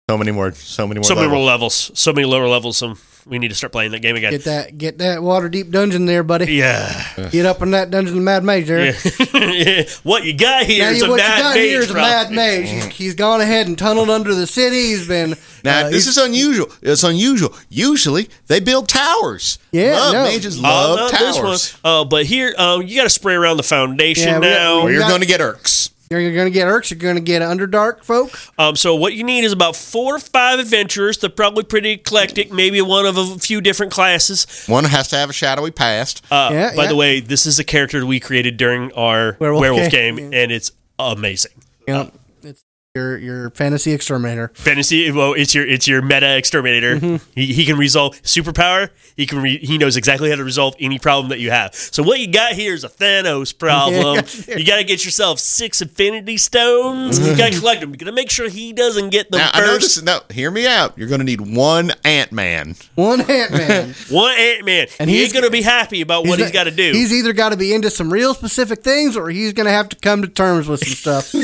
so many more, so many more.
so many
levels.
lower levels, so many lower levels. Some we need to start playing that game again.
get that get that water deep dungeon there buddy
yeah.
get up in that dungeon of mad mage there.
(laughs) Yeah. what you got here
Now
is
you,
a
what you
bad
got
mage,
here is a
bro.
mad mage.
Mm-hmm.
He's, he's gone ahead and tunneled under the city. He's been
Now,
uh,
this
he's-
is unusual. It's unusual. Usually, they build towers.
Yeah,
love,
no.
mages
Uh,
love
not this one.
towers.
Uh, but here, uh, you got to spray around the foundation
Yeah, we got-
now.
Or you're
Not-
going to get irks.
You're, you're going to get Urks. You're going to get Underdark folk.
Um, so what you need is about four or five adventurers. They're probably pretty eclectic, maybe one of a few different classes.
One has to have a shadowy past.
Uh,
Yeah,
by
yeah.
the way, this is a character we created during our werewolf,
Werewolf
game,
game.
and it's amazing.
Yep. It's your your fantasy exterminator. (laughs)
Fantasy, well, it's your it's your meta exterminator.
Mm-hmm.
He, he can resolve superpower. He can re, he knows exactly how to resolve any problem that you have. So what you got here is a
(laughs)
Thanos problem. you got to get yourself six Infinity Stones. you
Mm-hmm.
got to collect them. You got to make sure he doesn't get them
Now, I know
first.
this. No, hear me out. You're going to need one Ant Man.
One Ant Man.
One Ant Man, and
And
he
he's-
ain't gonna be happy about (laughs) what he's got to do.
He's either got to be into some real specific things, or he's going to have to come to terms with some stuff.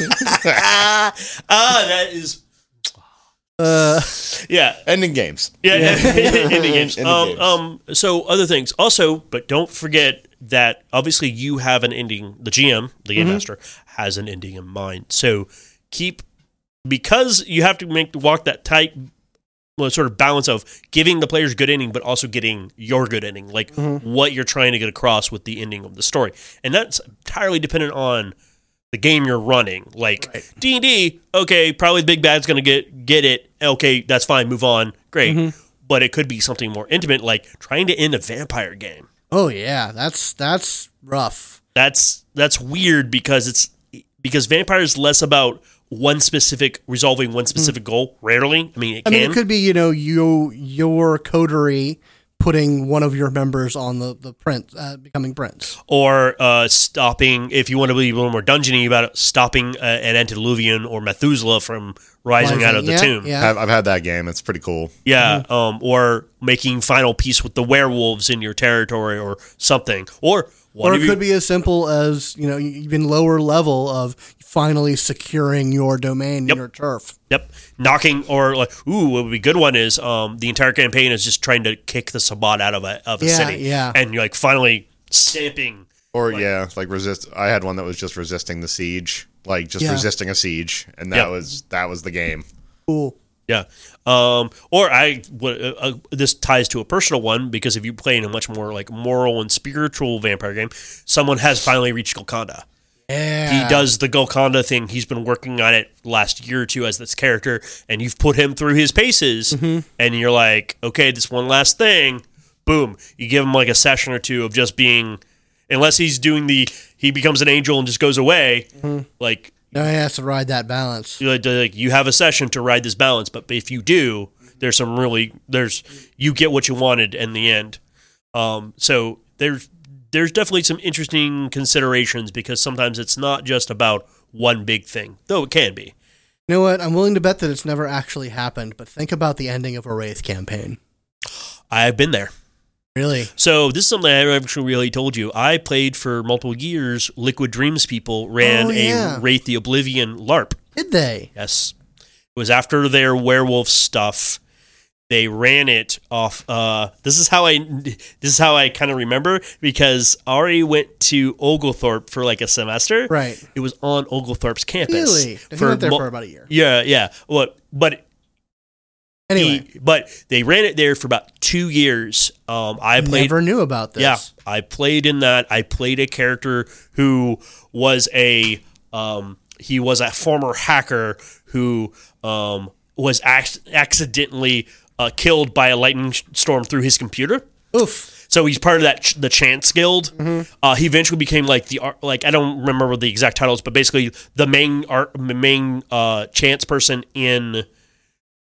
(laughs) ah, ah, that is.
Uh,
yeah,
Ending games.
(laughs) Yeah, indie games.
Indie
um,
games.
um, so other things. Also, but don't forget that obviously you have an ending. The GM, the
Mm-hmm.
game master, has an ending in mind. So keep because you have to make walk that tight. Well, sort of balance of giving the players good ending, but also getting your good ending, like
Mm-hmm.
what you're trying to get across with the ending of the story, and that's entirely dependent on the game you're running. Like D and D, okay, probably the big bad's gonna get get it. Okay, that's fine. Move on. Great.
Mm-hmm.
But it could be something more intimate, like trying to end a vampire game.
oh yeah, that's that's rough.
That's that's weird because it's because vampire is less about one specific resolving one specific goal. Rarely, I mean, it
Mm. I
can.
mean, it could be you know you your coterie putting one of your members on the the prince uh, becoming prince.
or uh, stopping if you want to be a little more dungeony about it, stopping uh, an antediluvian or Methuselah from rising, out of the
yeah,
tomb.
Yeah.
I've, I've had that game. It's pretty cool.
Yeah,
Mm-hmm.
um, or making final peace with the werewolves in your territory, or something, or one
or
of
it
you,
could be as simple as you know even lower level of finally securing your domain your turf
yep, knocking, or like, ooh, what would be a good one is um, the entire campaign is just trying to kick the Sabbat out of a of a
Yeah,
city,
yeah.
and you're like finally stamping
Or yeah, like resist. I had one that was just resisting the siege, like just
Yeah.
resisting a siege, and that
Yeah.
was that was the game.
Cool.
Yeah. Um, or I what uh, uh, this ties to a personal one because if you play in a much more like moral and spiritual vampire game, someone has finally reached Golconda.
Yeah.
He does the Golconda thing. He's been working on it last year or two as this character, and you've put him through his paces, and you're like, okay, this one last thing. Boom. You give him like a session or two of just being, unless he's doing the, he becomes an angel and just goes away. Like,
Now he has to ride that balance.
like, like you have a session to ride this balance, but if you do, there's some really there's you get what you wanted in the end. Um, so there's there's definitely some interesting considerations because sometimes it's not just about one big thing, though it can be.
You know what? I'm willing to bet that it's never actually happened, but think about the ending of a Wraith campaign.
I've been there.
Really?
So this is something I haven't actually really told you. I played for multiple years. Liquid Dreams people ran
Oh, yeah.
a Wraith the Oblivion LARP.
Did they?
Yes. It was after their werewolf stuff. They ran it off uh this is how I this is how I kind of remember because Ari went to Oglethorpe for like a semester. (laughs)
Right.
It was on Oglethorpe's campus.
Really? He went there
mul-
for about a year.
Yeah, yeah. What but
Anyway,
he- but they ran it there for about 2 years. Um I played
never knew about this.
yeah, I played in that. I played a character who was a um, he was a former hacker who um, was ac- accidentally uh, killed by a lightning sh- storm through his computer.
Oof.
So he's part of that ch- the Chance Guild.
Mm-hmm.
Uh, he eventually became like the ar- like I don't remember the exact titles, but basically the main art main uh, Chance person in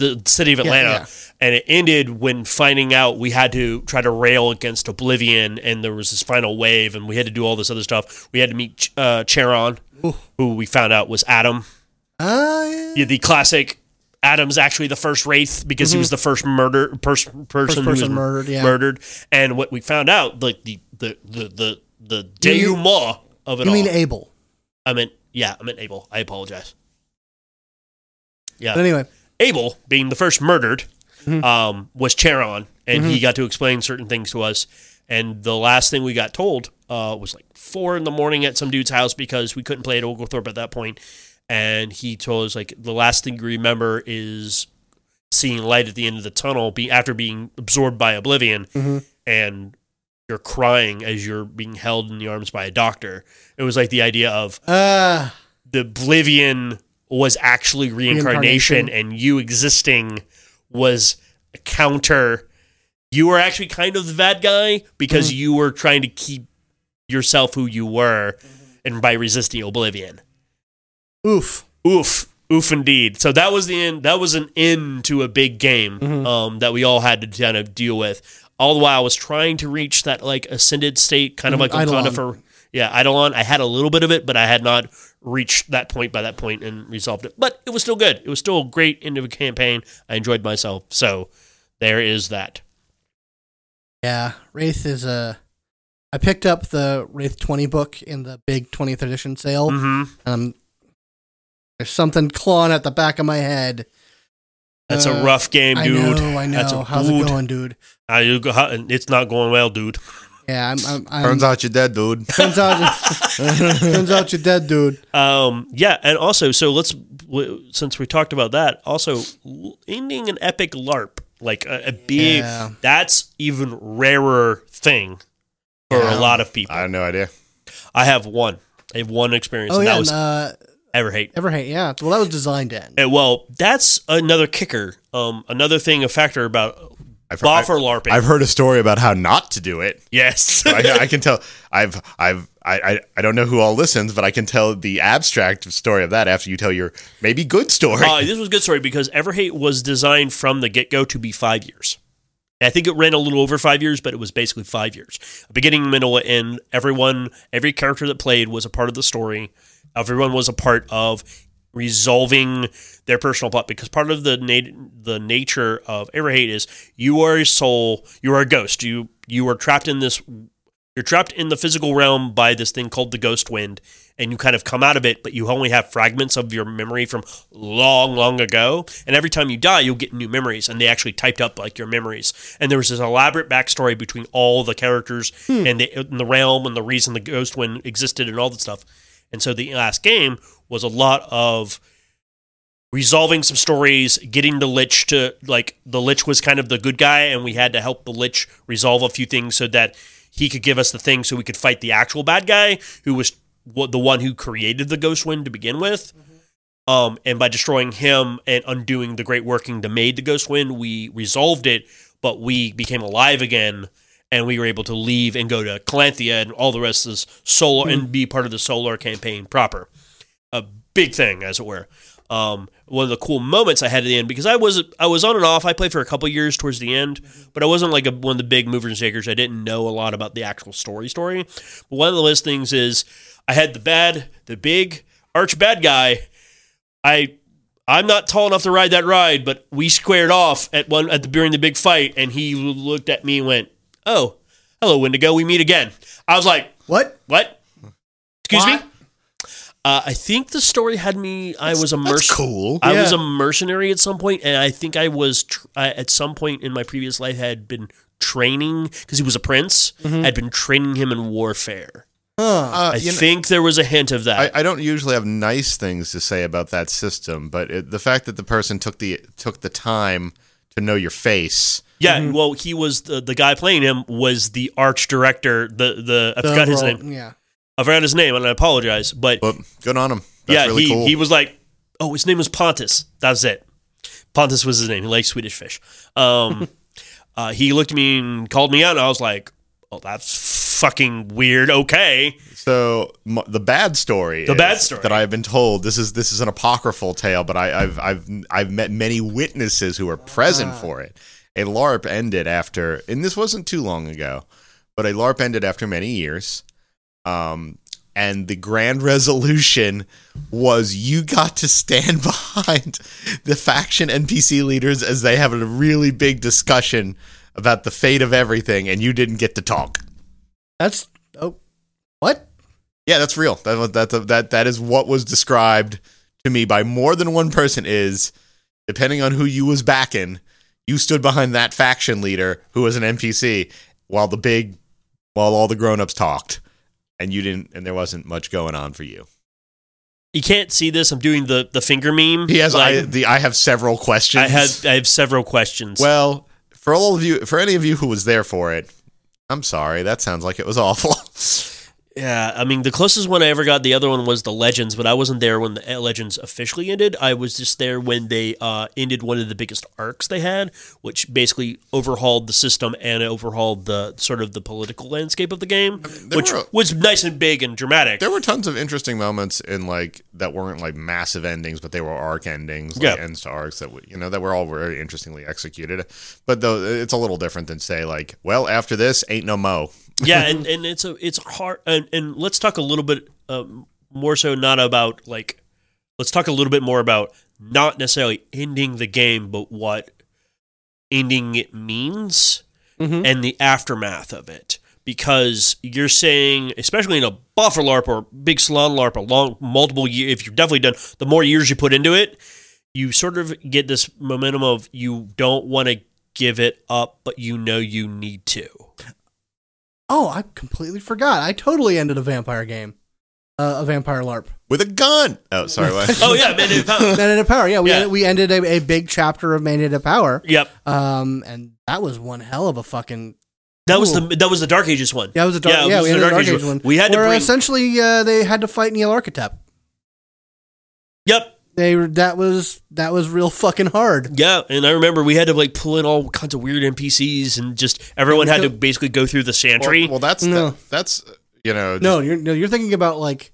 the city of Atlanta.
yeah.
And it ended when finding out we had to try to rail against Oblivion, and there was this final wave, and we had to do all this other stuff. We had to meet Ch- uh, Charon, who we found out was Adam.
Ah, yeah.
Yeah, the classic Adam's actually the first wraith because he was the first murder pers- person, who
Mm-hmm. person
was
murdered, yeah.
murdered. And what we found out, like the the the the the denouement of it
You
all.
mean Abel?
I meant yeah, I meant Abel. I apologize. Yeah,
But anyway,
Abel being the first murdered um, was Charon, and he got to explain certain things to us. And the last thing we got told uh, was like four in the morning at some dude's house because we couldn't play at Oglethorpe at that point. And he told us like the last thing you remember is seeing light at the end of the tunnel be after being absorbed by oblivion, and you're crying as you're being held in the arms by a doctor. It was like the idea of
uh,
the Oblivion was actually reincarnation,
Reincarnation.
and you existing was a counter. You were actually kind of the bad guy because you were trying to keep yourself who you were and by resisting Oblivion.
oof.
Oof. Oof indeed. So that was the end that was an end to a big game
Mm-hmm.
um, that we all had to kind of deal with. All the while I was trying to reach that like ascended state, kind of
Mhm,
like Wakanda
Eidolon.
for yeah, Eidolon. I had a little bit of it, but I had not reached that point by that point and resolved it. But it was still good. It was still a great end of a campaign. I enjoyed myself. So there is that.
Yeah, Wraith is a. I picked up the Wraith 20 book in the big 20th edition sale.
hmm
Um, there's something clawing at the back of my head.
That's
Uh,
a rough game,
I
dude.
know, I
That's a
know. How's it
good-
going, dude?
I- you go- how- it's not going well, dude.
Yeah, I'm. I'm, I'm
Turns out you're dead, (laughs) dude.
turns (laughs) out, turns out you're dead, dude.
Um, yeah, and also, so let's w- since we talked about that, also ending an epic LARP like a, a big
Yeah.
that's even rarer thing for a
Yeah.
lot of people.
I
I,
have no idea.
have one, I have one experience,
Oh
and
yeah,
that was
and, uh,
ever hate.
Everhate. Yeah, well, that was designed to end.
And, well, that's another kicker. Um, another thing, a factor about
I've,
buffer
I've-
LARPing.
I've heard a story about how not to do it.
yes,
I, I can tell. I've, I've, I, I, I don't know who all listens, but I can tell the abstract story of that after you tell your maybe good story.
Uh, this was a good story because Everhate was designed from the get go to be five years. I think it ran a little over five years, but it was basically five years. A beginning, middle, and end. Everyone, every character that played was a part of the story. Everyone was a part of resolving their personal plot because part of the nat- the nature of Everhate is you are a soul, you are a ghost. You you are trapped in this you're trapped in the physical realm by this thing called the ghost wind and you kind of come out of it, but you only have fragments of your memory from long, long ago. And every time you die, you'll get new memories. And they actually typed up like your memories. And there was this elaborate backstory between all the characters and, the, and the realm and the reason the ghost wind existed and all that stuff. And so the last game was a lot of resolving some stories, getting the Lich to like the Lich was kind of the good guy, and we had to help the Lich resolve a few things so that he could give us the thing so we could fight the actual bad guy who was wa- the one who created the Ghost Wind to begin with. Um, and by destroying him and undoing the great working that made the Ghost Wind, we resolved it, but we became alive again. And we were able to leave and go to Calanthea and all the rest of this solar and be part of the solar campaign proper a big thing, as it were. Um, one of the cool moments I had at the end because I was I was on and off. I played for a couple years towards the end, but I wasn't like a, one of the big movers and shakers. I didn't know a lot about the actual story story. But one of the list things is I had the bad, the big arch bad guy. I I'm not tall enough to ride that ride, but we squared off at one at the, during the big fight, and he looked at me and went, "Oh, hello, Wendigo. We meet again." I was like,
What?
what? Excuse
What?
me. Uh, I think the story had me. I was a merc-
cool. Uh,
I was
Yeah.
a mercenary at some point, and I think I was tr- I, at some point in my previous life had been training because he was a prince. Had been training him in warfare.
Huh.
Mm-hmm. Uh,
I
you know,
think there was a hint of that.
I, I don't usually have nice things to say about that system, but it, the fact that the person took the took the time to know your face,
yeah, well, he was the, the guy playing him was the arch director. The the I
The
forgot his
overall-
name.
Yeah.
I forgot his name, and I apologize. But
but good on him. That's
yeah,
really
he,
cool.
he was like, oh, his name was Pontus. That was it. Pontus was his name. He liked Swedish fish.
(laughs)
Um, uh, he looked at me and called me out, and I was like, oh, that's fucking weird. Okay.
so m- the bad story,
The
is
bad story.
that I have been told. This is this is an apocryphal tale, but I, I've I've I've met many witnesses who were present for it. A LARP ended after, and this wasn't too long ago, but a LARP ended after many years. Um, and the grand (laughs) resolution was you got to stand (laughs) behind the faction NPC leaders as they have a really big discussion about the fate of everything, and you didn't get to talk.
That's oh, what?
Yeah, that's real. That was- that that that is what was described to me by more than one person. Is depending on who you was backing, you stood behind that faction leader who was an NPC, while the big, while all the grown ups talked, and you didn't, and there wasn't much going on for you.
You can't see this. I'm doing the, the finger meme.
He has I,
Like,
the I have several questions.
I, had, I have several questions.
well for all of you, for any of you who was there for it. I'm sorry. That sounds like it was awful. (laughs)
Yeah, I mean, the closest one I ever got, the other one was the Legends, but I wasn't there when the Legends officially ended. I was just there when they uh, ended one of the biggest arcs they had, which basically overhauled the system and overhauled the sort of the political landscape of the game,
there
which
were a-
was nice and big and dramatic.
There were tons of interesting moments in like that weren't like massive endings, but they were arc endings, like
Yeah.
ends to arcs that w- you know that were all very interestingly executed. But though it's a little different than say like, well, after this, ain't no mo.
yeah, and, and it's a it's hard. And, and let's talk a little bit um, more so not about like let's talk a little bit more about not necessarily ending the game, but what ending it means and the aftermath of it. Because you're saying, especially in a buffer LARP or big salon LARP, a long multiple year, if you're definitely done, the more years you put into it, you sort of get this momentum of you don't want to give it up, but you know you need to.
Oh, I completely forgot. I totally ended a vampire game, uh, a vampire
(laughs)
LARP.
with a gun. Oh, sorry. what? (laughs)
Oh yeah, man. it- uh,
Mandate of Power. Yeah, we
Yeah.
we ended a, a big chapter of Mandate of Power.
yep.
Um, and that was one hell of a fucking.
That was the that was the Dark Ages one.
Yeah, it was a dark. Yeah,
it
we
was
ended
the
a Dark Age one.
We had to
where
bring.
essentially uh, they had to fight Neil Architect.
yep.
They were that was that was real fucking hard.
Yeah, and I remember we had to like pull in all kinds of weird NPCs, and just everyone had to basically go through the
well,
santry.
well, that's
No.
that's you know. just-
No, you're no, you're thinking about like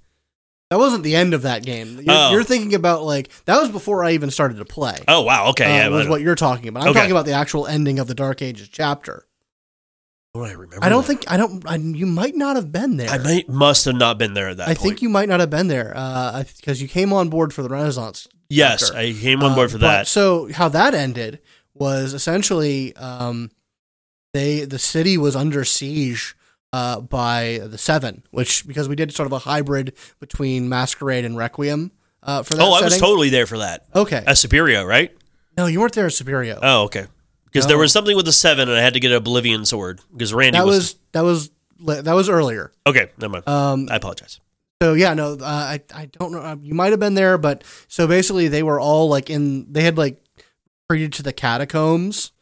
that wasn't the end of that game. You're,
Oh.
you're thinking about like that was before I even started to play.
oh wow. Okay.
uh,
yeah.
was
I
what
don't,
you're talking about. I'm
Okay.
talking about the actual ending of the Dark Ages chapter.
I remember.
I don't
that.
think I don't. I, you might not have been there.
I might must have not been there at that.
I
point.
think you might not have been there because you came on board for the Renaissance.
Yes,
chapter.
I came on board
Uh,
for
but-
that.
So how that ended was essentially um, they the city was under siege uh, by the Seven, which because we did sort of a hybrid between Masquerade and Requiem uh, for that.
Oh, I was
setting.
totally there for that.
Okay.
At Superio, right?
no, you weren't there at Superio.
Oh, okay. Because there was something with the seven, and I had to get an Oblivion sword because Randy
that
was,
was that was li- that was earlier.
okay. Never mind.
Um,
I apologize.
So yeah, no, uh, I I don't know. uh, You might have been there, but so basically they were all like in. They had like retreated to the catacombs,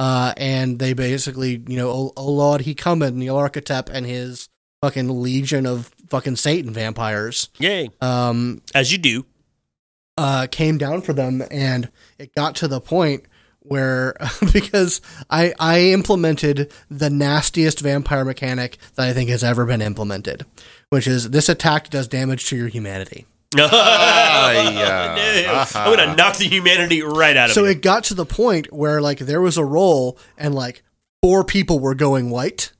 uh, and they basically you know O- Olad he coming the Architep and his fucking legion of fucking Satan vampires
Yay,
um
as you
(laughs)
do. (laughs)
uh, came down for them, and it got to the point where (laughs) because I I implemented the nastiest vampire mechanic that I think has ever been implemented, which is this attack does damage to your humanity.
uh,
(laughs) No. I'm gonna knock the humanity right out of
So
you.
it got to the point where like there was a roll and like four people were going white.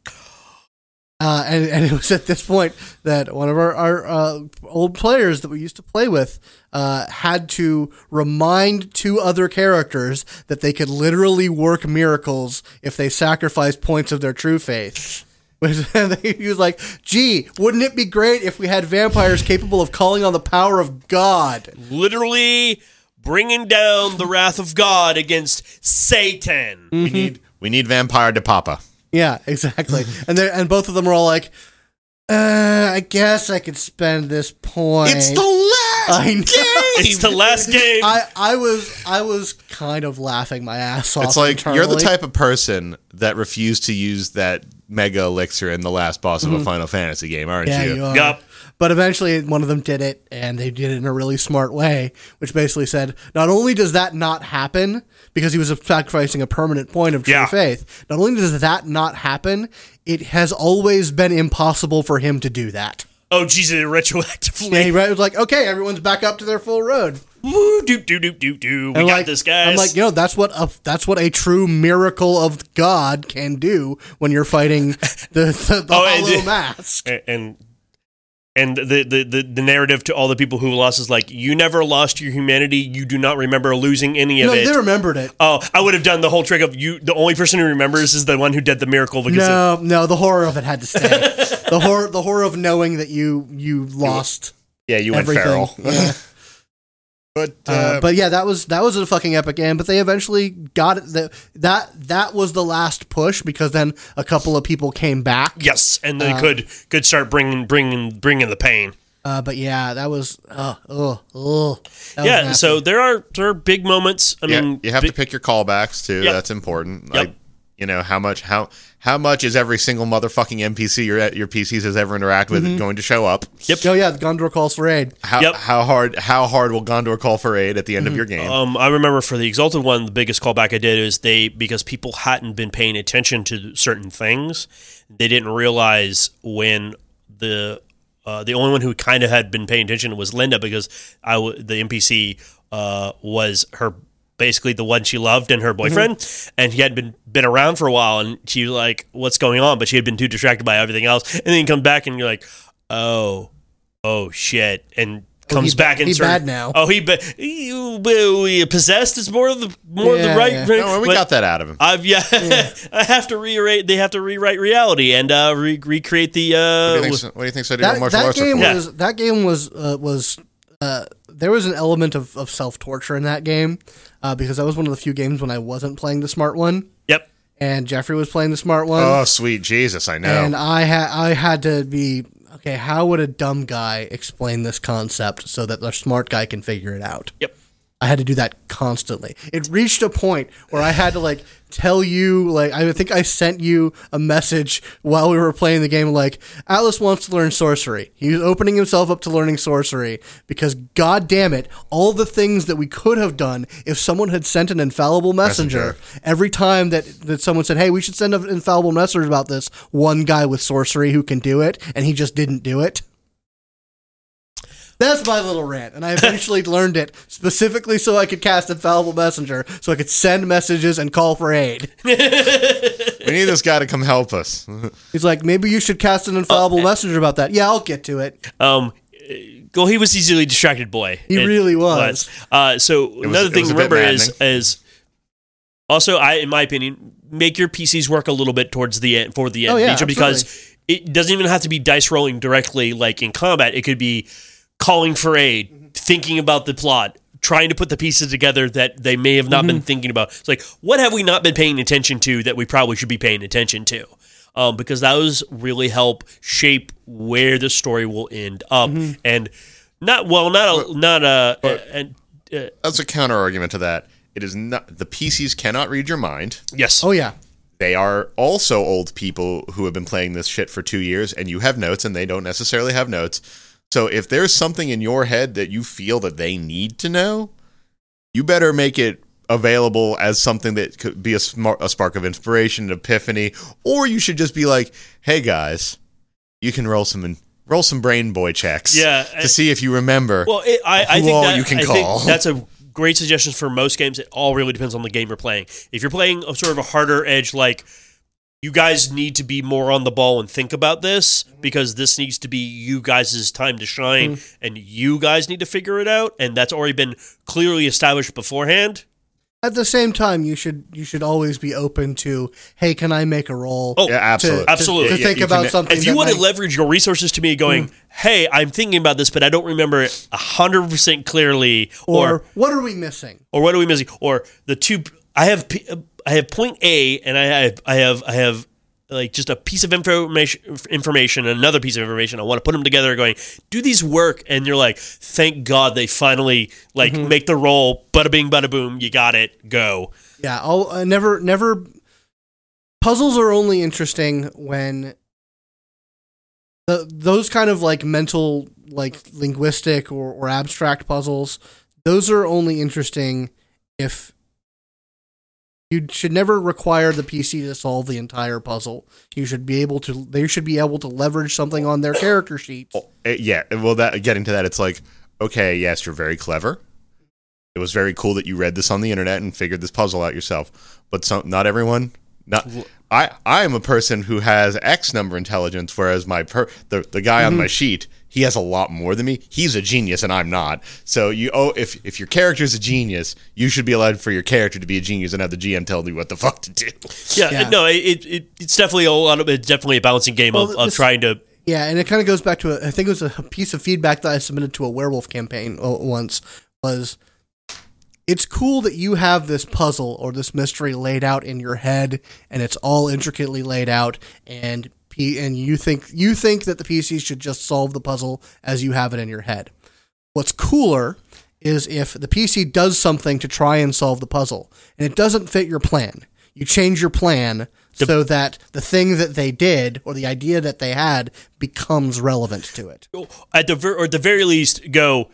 Uh, and, and it was at this point that one of our, our uh, old players that we used to play with uh, had to remind two other characters that they could literally work miracles if they sacrificed points of their true faith. Which- (laughs) and he was like, gee, wouldn't it be great if we had vampires capable of calling on the power of God?
Literally bringing down the wrath of God against Satan.
Mm.
We need we need vampire de papa.
Yeah, (laughs) exactly. and they and both of them were all like, uh, I guess I could spend this point.
last
I know. (laughs)
It's the last game.
Mm. I, I was I was kind of laughing my ass off.
It's like you're the
internally.
type of person that refused to use that mega elixir in the last boss of a Final Fantasy game, aren't
Mm-hmm. Yeah,
you?
you are.
Yup.
But eventually, one of them did it, and they did it in a really smart way, which basically said, not only does that not happen because he was sacrificing a permanent point of true
Yeah.
faith, not only does that not happen, it has always been impossible for him to do that.
oh Jesus! it
And
Retroactively.
he was like, okay, everyone's back up to their full road.
Woo! Do do do do do. We
And
got
like-
this, guys.
I'm like, you know, that's what a that's what a true miracle of God can do when you're fighting the (laughs) the, the
Oh, and
hollow
the- (laughs)
mask.
A- and and the, the the the narrative to all the people who lost is like you never lost your humanity you do not remember losing any of
No,
it
they remembered it.
oh i would have done the whole trick of you the only person who remembers is the one who did the miracle because of,
No, no, the horror of it had
(laughs)
to stay. the horror, the horror of knowing that you you lost
Yeah, you went
everything.
feral.
Yeah.
But, uh,
(laughs)
Uh, but (laughs) yeah, that was that was a fucking epic game. But they eventually got it. That that that was the last push because then a couple of people came back.
yes and they could could start bringing bringing bringing the pain
Uh, but yeah, that was uh, ugh, ugh. That was
yeah
nasty.
so there are there are big moments i
yeah,
mean
you have to
bi-
pick your callbacks too.
um, Yep.
That's important.
Yep.
Like, you know how much how how much is every single motherfucking NPC your your PCs has ever interacted with
Mm-hmm.
going to show up?
oh yeah, Gondor calls for aid.
How
Yep.
how hard how hard will Gondor call for aid at the
Mm-hmm.
end of your game?
Um, I remember for the Exalted one, the biggest callback I did is they because people hadn't been paying attention to certain things, they didn't realize when the uh, the only one who kind of had been paying attention was Linda because I w- the NPC uh, was her basically the one she loved and
Mm-hmm.
her boyfriend, and he had been been around for a while, and she was like, "What's going on?" But she had been too distracted by everything else, and then he comes back and you're like, "Oh, oh shit," and comes
he ba-
back and
he
sort of-
bad now.
Oh, he, ba- you- well, he possessed is more of the more of
Yeah,
the right.
yeah.
no, we
but
got that out of him.
I've yeah, (laughs) I have to rewrite. They have to rewrite reality and uh, re- recreate the.
what, do
Uh,
you think, what do you think? So I did
that,
on martial
that
arts
game
reform?
was that game was uh, was uh, there was an element of, of self torture in that game uh, because that was one of the few games when I wasn't playing the smart one
yep.
and Jeffrey was playing the smart one
Oh sweet Jesus, I know.
and I had I had to be okay. How would a dumb guy explain this concept so that the smart guy can figure it out?
Yep.
I had to do that constantly. It reached a point where I had to like tell you like I think I sent you a message while we were playing the game like Atlas wants to learn sorcery. He was opening himself up to learning sorcery because god damn it, all the things that we could have done if someone had sent an infallible messenger, every time that that someone said, "Hey, we should send an infallible messenger about this," one guy with sorcery who can do it and he just didn't do it. That's my little rant, and I eventually (laughs) learned it specifically so I could cast infallible messenger, so I could send messages and call for aid.
we need this guy to come help us. (laughs)
He's like, maybe you should cast an infallible
Oh, eh.
messenger about that. Yeah, I'll get to it.
Um. Well, he was easily distracted. Boy,
He
It
really was.
Uh, so another
it
thing
was
to
a bit
remember is is also I, in my opinion, make your PCs work a little bit towards the end for the end
Oh, yeah,
feature because it doesn't even have to be dice rolling directly like in combat. It could be calling for aid, thinking about the plot, trying to put the pieces together that they may have not
Mm-hmm.
been thinking about. It's like, what have we not been paying attention to that we probably should be paying attention to? Um, because those really help shape where the story will end up.
Mm-hmm.
And not, well, not a, not a, and, uh,
That's a counter argument to that. It is not the PCs cannot read your mind.
yes.
Oh yeah.
They are also old people who have been playing this shit for two years, and you have notes, and they don't necessarily have notes. So if there's something in your head that you feel that they need to know, you better make it available as something that could be a, smar a spark of inspiration, an epiphany, or you should just be like, "Hey guys, you can roll some roll some brain boy checks,
Yeah,
to
I-
see if you remember."
Well, it, I, I
who
think
all
that,
you can
I think
call.
that's a great suggestion for most games. It all really depends on the game you're playing. If you're playing a sort of a harder edge, like you guys need to be more on the ball and think about this because this needs to be you guys' time to shine,
Mm-hmm.
and you guys need to figure it out, and that's already been clearly established beforehand.
At the same time, you should you should always be open to, hey, can I make a roll?
Oh,
yeah, absolutely,
absolutely.
To
Yeah, yeah,
think
you
about
can-
something.
If you
that
want to
might- Mm.
leverage your resources to me, going, hey, I'm thinking about this, but I don't remember it 100% clearly,
or,
or
what are we missing?
or what are we missing? Or the two? I have P- I have point A, and I have I have I have like just a piece of information information and another piece of information. I want to put them together. Going, do these work? And you're like, thank God they finally like
Mm-hmm.
make the roll. Bada bing, bada boom. You got it. Go.
Yeah, I'll uh, never never. Puzzles are only interesting when the those kind of like mental, like linguistic or, or abstract puzzles. Those are only interesting if you should never require the PC to solve the entire puzzle. You should be able to. They should be able to leverage something on their character sheet.
Uh, yeah well that getting to that it's like okay yes you're very clever it was very cool that you read this on the internet and figured this puzzle out yourself but some not everyone not i i am a person who has x number intelligence whereas my per the, the guy on my sheet he has a lot more than me he's a genius and i'm not so you oh if if your character's a genius you should be allowed for your character to be a genius and have the gm tell you what the (laughs) fuck to do
Yeah.
Yeah.
No. It, it, it it's definitely a lot of it's definitely a balancing game of,
Well,
of
this-
trying to.
Yeah, and it kind of goes back to a, I think it was a piece of feedback that I submitted to a werewolf campaign o- once was it's cool that you have this puzzle or this mystery laid out in your head and it's all intricately laid out and P- and you think you think that the PC should just solve the puzzle as you have it in your head. What's cooler is if the PC does something to try and solve the puzzle and it doesn't fit your plan. You change your plan so that the thing that they did or the idea that they had becomes relevant to it.
at the ver- or at the very least go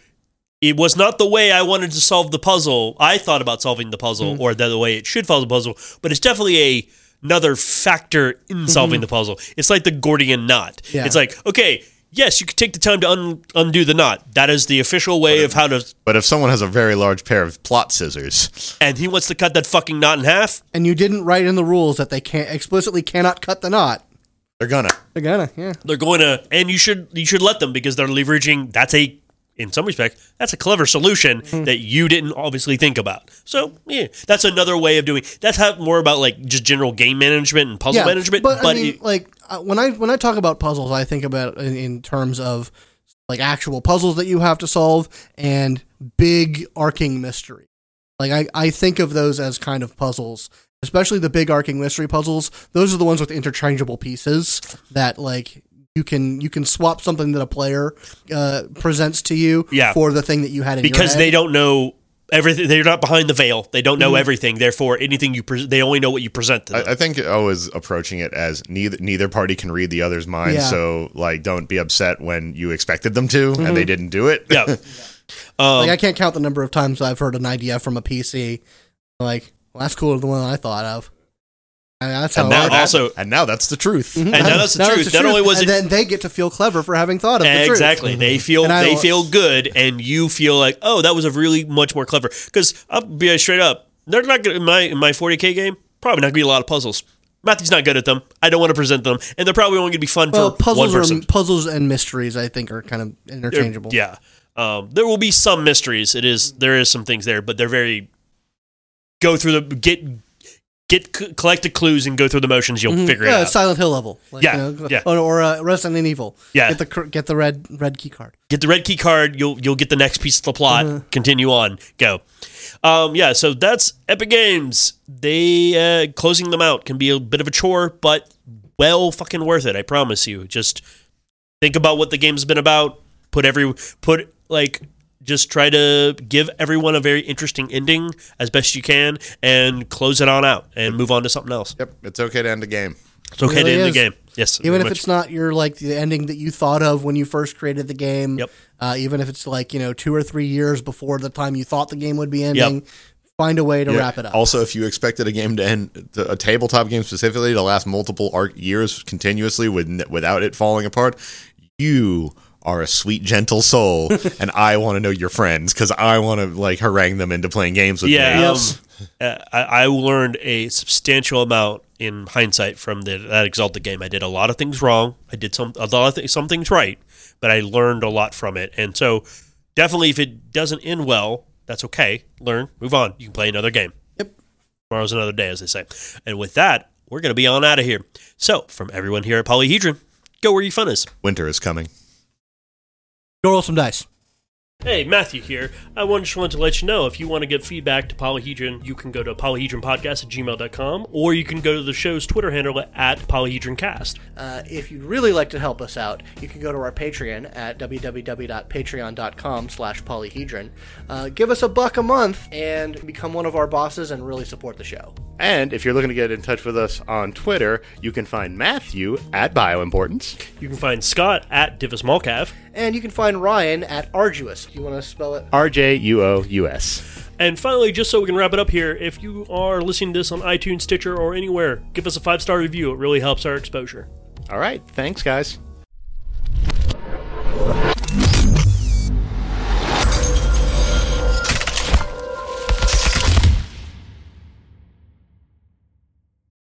it was not the way I wanted to solve the puzzle. I thought about solving the puzzle or the other way it should solve the puzzle, but it's definitely a another factor in solving the puzzle. It's like the Gordian knot.
Yeah.
It's like, okay, yes, you could take the time to un- undo the knot. That is the official way of how to
but if someone has a very large pair of plot scissors
and he wants to cut that fucking knot in half.
And you didn't write in the rules that they can't explicitly cannot cut the knot.
they're gonna
They're gonna, yeah.
They're going to and you should you should let them because they're leveraging that's a in some respect, that's a clever solution
Mm-hmm.
that you didn't obviously think about. So, yeah, that's another way of doing. That's how more about like just general game management and puzzle management.
But,
But,
I mean,
it-
like uh, when I when I talk about puzzles, I think about it in, in terms of like actual puzzles that you have to solve and big arcing mystery. Like I, I think of those as kind of puzzles, especially the big arcing mystery puzzles. Those are the ones with interchangeable pieces that like you can you can swap something that a player uh, presents to you
Yeah.
for the thing that you had in
because
your
they
head.
don't know everything, they're not behind the veil. They don't
Mm-hmm.
know everything. Therefore, anything you pre- they only know what you present to them.
I, I think always approaching it as neither neither party can read the other's mind,
Yeah.
so like don't be upset when you expected them to
Mm-hmm.
and they didn't do it.
yeah, Um,
like I can't count the number of times I've heard an idea from a PC. Like, well, that's cooler than the one I thought of. And that's
(laughs)
how.
and now
I- (laughs)
that- also-
and now that's the truth.
Mm-hmm.
and now that's the
now
truth.
it's
Not only was
and
it
then they get to feel clever for having thought of the truth. Mm-hmm.
exactly, they feel
And I
they
don't-
feel good, and you feel like oh, that was a really much more clever. Because I'll be straight up, they're not gonna, in my in my 40k game. Probably not gonna be a lot of puzzles. Matthew's not good at them. I don't want to present them, and they're probably only gonna be fun for
Well,
one
puzzles
person.
are puzzles and mysteries. I think are kind of interchangeable.
Yeah. Um, there will be some mysteries. It is there is some things there, but they're very go through the get get c- collect the clues and go through the motions. You'll figure it
Mm-hmm. yeah,
out.
Silent Hill level. Like,
Yeah,
you know,
yeah.
Or, or uh, Resident Evil.
Yeah.
Get the cr- get the red red key card.
get the red key card. You'll you'll get the next piece of the plot.
Uh-huh.
Continue on. Go. Um, yeah. So that's Epic Games. They uh, closing them out can be a bit of a chore, but well fucking worth it. I promise you. Just think about what the game's been about. Put every put like just try to give everyone a very interesting ending as best you can, and close it on out and move on to something else.
(laughs) Yep, it's okay to end a game.
It's okay
really
to end
is.
the game. Yes.
Even
very
if
much.
it's not your like the ending that you thought of when you first created the game.
Yep.
Uh, even if it's like you know two or three years before the time you thought the game would be ending, find a way to
Yeah.
wrap it up.
Also, if you expected a game to end, to, a tabletop game specifically, to last multiple arc years continuously with, without it falling apart, you are a sweet, gentle
(laughs)
soul, and I want to know your friends because I want to like harangue them into playing games with
Yeah,
me.
um, uh, I, I learned a substantial amount in hindsight from the, that Exalted game. I did a lot of things wrong. I did some a lot of th- some things right, but I learned a lot from it. And so, definitely, if it doesn't end well, that's okay. Learn, move on. You can play another game.
Yep.
Tomorrow's another day, as they say. And with that, we're gonna be on out of here. So, from everyone here at Polyhedron, go where your fun is.
Winter is coming.
Go roll some dice.
Hey, Matthew here. I want- just wanted to let you know if you want to give feedback to Polyhedron, you can go to polyhedronpodcast at gmail.com or you can go to the show's Twitter handle at polyhedroncast.
Uh, if you'd really like to help us out, you can go to our Patreon at www.patreon.com slash polyhedron. Uh, give us a buck a month and become one of our bosses and really support the show.
And if you're looking to get in touch with us on Twitter, you can find Matthew at Bioimportance.
You can find Scott at Divis Malcav
And you can find Ryan at Arduous. Do you want to spell it?
R J U O U S.
And finally, just so we can wrap it up here, if you are listening to this on iTunes, Stitcher, or anywhere, give us a five star review. It really helps our exposure.
All right. Thanks, guys.